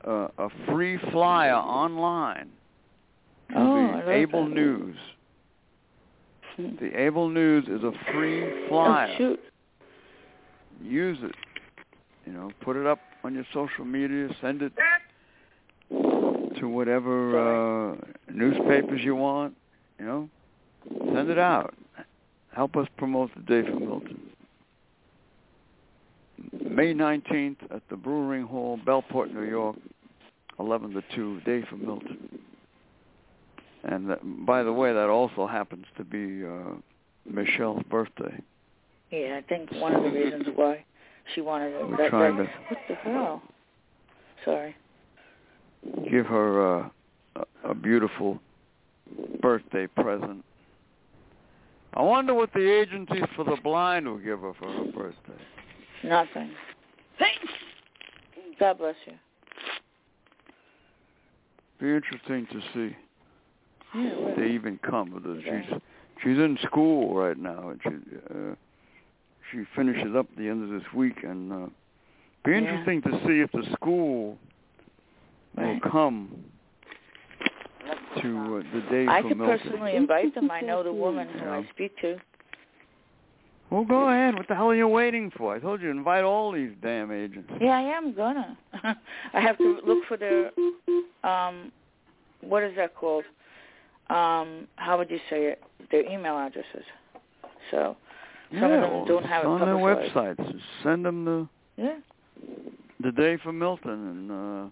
Speaker 2: uh, a free flyer online to
Speaker 3: Oh, I love
Speaker 2: the Able
Speaker 3: that. Hmm.
Speaker 2: News. The Able News is a free flyer.
Speaker 3: Oh shoot.
Speaker 2: Use it. You know, put it up on your social media. Send it to whatever uh, newspapers you want. You know, send it out. Help us promote the day for Milton. May 19th at the Brewing Hall, Bellport, New York, 11 to 2, Day for Milton. And that, by the way, that also happens to be uh, Michelle's birthday.
Speaker 3: Yeah, I think one of the reasons why she wanted it.
Speaker 2: We're
Speaker 3: that,
Speaker 2: trying
Speaker 3: that,
Speaker 2: to
Speaker 3: What the hell? Sorry.
Speaker 2: give her uh, a, a beautiful birthday present. I wonder what the agency for the blind will give her for her birthday.
Speaker 3: Nothing. God bless you.
Speaker 2: Be interesting to see
Speaker 3: Yeah,
Speaker 2: if
Speaker 3: well,
Speaker 2: they even come with us.
Speaker 3: Okay.
Speaker 2: She's she's in school right now, and she uh, she finishes up the end of this week. And uh, be
Speaker 3: Yeah.
Speaker 2: interesting to see if the school will
Speaker 3: Right.
Speaker 2: come to uh, the day
Speaker 3: I
Speaker 2: for
Speaker 3: could
Speaker 2: Milton.
Speaker 3: personally invite them. I know the woman who I
Speaker 2: Yeah.
Speaker 3: speak to.
Speaker 2: Well, go ahead. What the hell are you waiting for? I told you invite all these damn agents.
Speaker 3: Yeah, I am gonna. I have to look for their um what is that called? Um how would you say it? Their email addresses. So Some of
Speaker 2: yeah,
Speaker 3: them
Speaker 2: well,
Speaker 3: don't
Speaker 2: it's
Speaker 3: have it
Speaker 2: on their
Speaker 3: publicized.
Speaker 2: websites. Just send them the
Speaker 3: yeah.
Speaker 2: the day for Milton, and uh,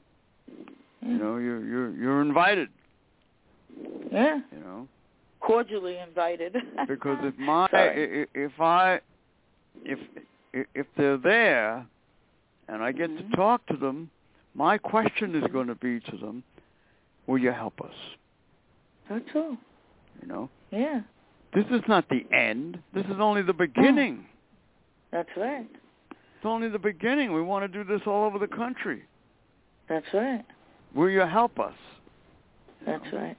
Speaker 3: yeah.
Speaker 2: you know you're you're you're invited.
Speaker 3: Yeah.
Speaker 2: You know,
Speaker 3: Cordially invited.
Speaker 2: because if my i-
Speaker 3: Sorry.
Speaker 2: i- if I if i- if they're there, and I get
Speaker 3: Mhm.
Speaker 2: to talk to them, my question is going to be to them, "Will you help us?"
Speaker 3: That's all.
Speaker 2: You know,
Speaker 3: Yeah.
Speaker 2: this is not the end. This is only the
Speaker 3: Mm.
Speaker 2: beginning.
Speaker 3: That's right.
Speaker 2: It's only the beginning. We want to do this all over the country.
Speaker 3: That's right.
Speaker 2: Will you help us? You
Speaker 3: That's
Speaker 2: know?
Speaker 3: right.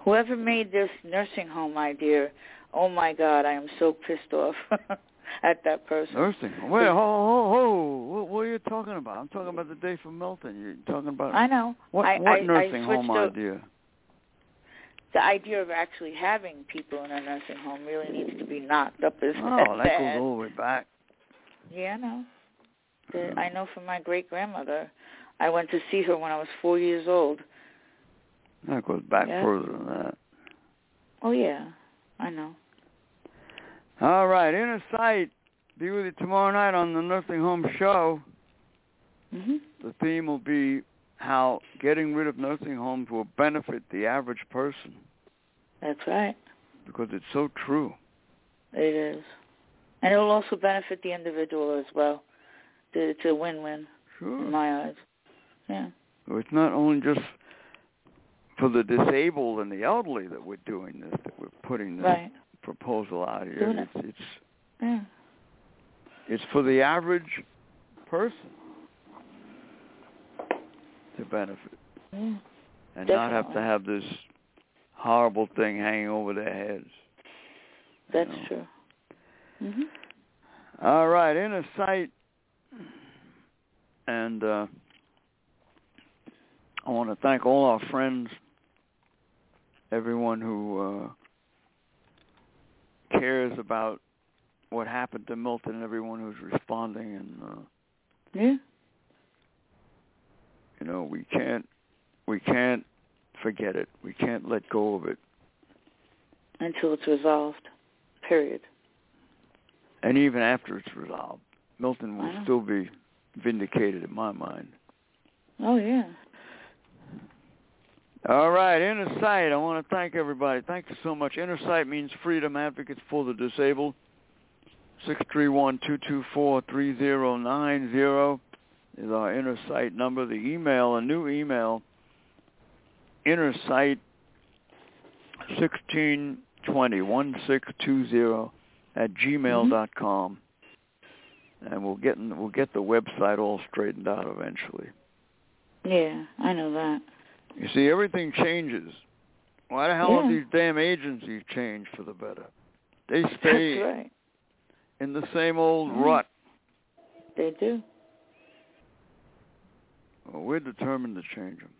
Speaker 3: Whoever made this nursing home idea, oh my God, I am so pissed off at that person.
Speaker 2: Nursing. home. Wait, ho, ho, ho. What, what are you talking about? I'm talking about the day for Milton. You're talking about
Speaker 3: I know.
Speaker 2: what,
Speaker 3: I, I,
Speaker 2: what nursing
Speaker 3: I
Speaker 2: home
Speaker 3: switched o-
Speaker 2: idea?
Speaker 3: The idea of actually having people in a nursing home really needs to be knocked up as
Speaker 2: Oh, that goes
Speaker 3: bad.
Speaker 2: all the way back.
Speaker 3: Yeah, I know. The, I know from my great grandmother. I went to see her when I was four years old.
Speaker 2: That goes back
Speaker 3: Yeah.
Speaker 2: further than that.
Speaker 3: Oh yeah, I know.
Speaker 2: All right, Inner Sight. Be with you tomorrow night on the Nursing Home Show.
Speaker 3: Mhm.
Speaker 2: The theme will be how getting rid of nursing homes will benefit the average person
Speaker 3: That's right.
Speaker 2: because it's so true.
Speaker 3: It is, and it will also benefit the individual as well. It's a win-win
Speaker 2: Sure.
Speaker 3: in my eyes. Yeah.
Speaker 2: So It's not only just for the disabled and the elderly that we're doing this, that we're putting this
Speaker 3: Right.
Speaker 2: proposal out here.
Speaker 3: Doing it.
Speaker 2: It's, it's
Speaker 3: Yeah.
Speaker 2: it's for the average person to benefit
Speaker 3: yeah.
Speaker 2: and not have to
Speaker 3: Definitely.
Speaker 2: have this horrible thing hanging over their heads. you
Speaker 3: That's
Speaker 2: know.
Speaker 3: true. Mhm.
Speaker 2: All right, inner sight, and uh, I want to thank all our friends, everyone who uh, cares about what happened to Milton, everyone who's responding, and uh,
Speaker 3: Yeah.
Speaker 2: you know we can't we can't forget it. We can't let go of it.
Speaker 3: Until it's resolved. Period.
Speaker 2: And even after it's resolved, Milton will
Speaker 3: Wow.
Speaker 2: still be vindicated in my mind.
Speaker 3: Oh yeah.
Speaker 2: All right, Inner Sight. I want to thank everybody. Thank you so much. Inner Sight means freedom advocates for the disabled. Six three one two two four three zero nine zero is our Inner Sight number. The email, a new email, Inner Sight sixteen twenty one six two zero at gmail dot com, and we'll get in, we'll get the website all straightened out eventually.
Speaker 3: Yeah. I know that.
Speaker 2: You see, everything changes. Why the hell have
Speaker 3: Yeah.
Speaker 2: these damn agencies changed for the better? They
Speaker 3: That's
Speaker 2: stay
Speaker 3: right.
Speaker 2: in the same old
Speaker 3: Mhm.
Speaker 2: rut.
Speaker 3: They do.
Speaker 2: Well, we're determined to change them.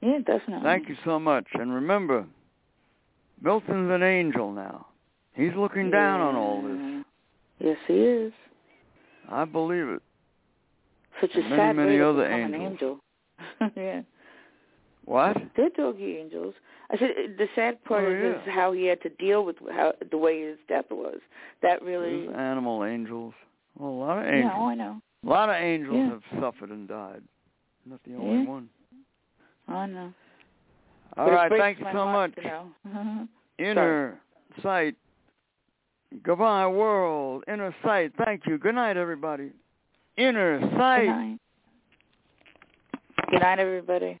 Speaker 3: Yeah, definitely.
Speaker 2: Thank you so much. And remember, Milton's an angel now. He's looking down on all this.
Speaker 3: Yes, he is.
Speaker 2: I believe it.
Speaker 3: Such a
Speaker 2: And many,
Speaker 3: sad
Speaker 2: many
Speaker 3: way to
Speaker 2: other
Speaker 3: become
Speaker 2: angels.
Speaker 3: an angel. yeah.
Speaker 2: What?
Speaker 3: They're doggy angels. I said uh, the sad part
Speaker 2: Oh,
Speaker 3: is,
Speaker 2: yeah.
Speaker 3: is how he had to deal with how the way his death was. That really.
Speaker 2: There's animal angels. Well, a lot of
Speaker 3: Yeah,
Speaker 2: angels.
Speaker 3: oh, I know.
Speaker 2: A lot of angels
Speaker 3: Yeah.
Speaker 2: have suffered and died. Not the only
Speaker 3: Yeah.
Speaker 2: one.
Speaker 3: I know.
Speaker 2: All
Speaker 3: But it
Speaker 2: right,
Speaker 3: breaks
Speaker 2: thank you
Speaker 3: my
Speaker 2: so
Speaker 3: heart,
Speaker 2: much.
Speaker 3: You know.
Speaker 2: Inner sight. Goodbye, world. Inner sight. Thank you. Good night, everybody. Inner
Speaker 3: Good
Speaker 2: sight.
Speaker 3: night. Good night, everybody.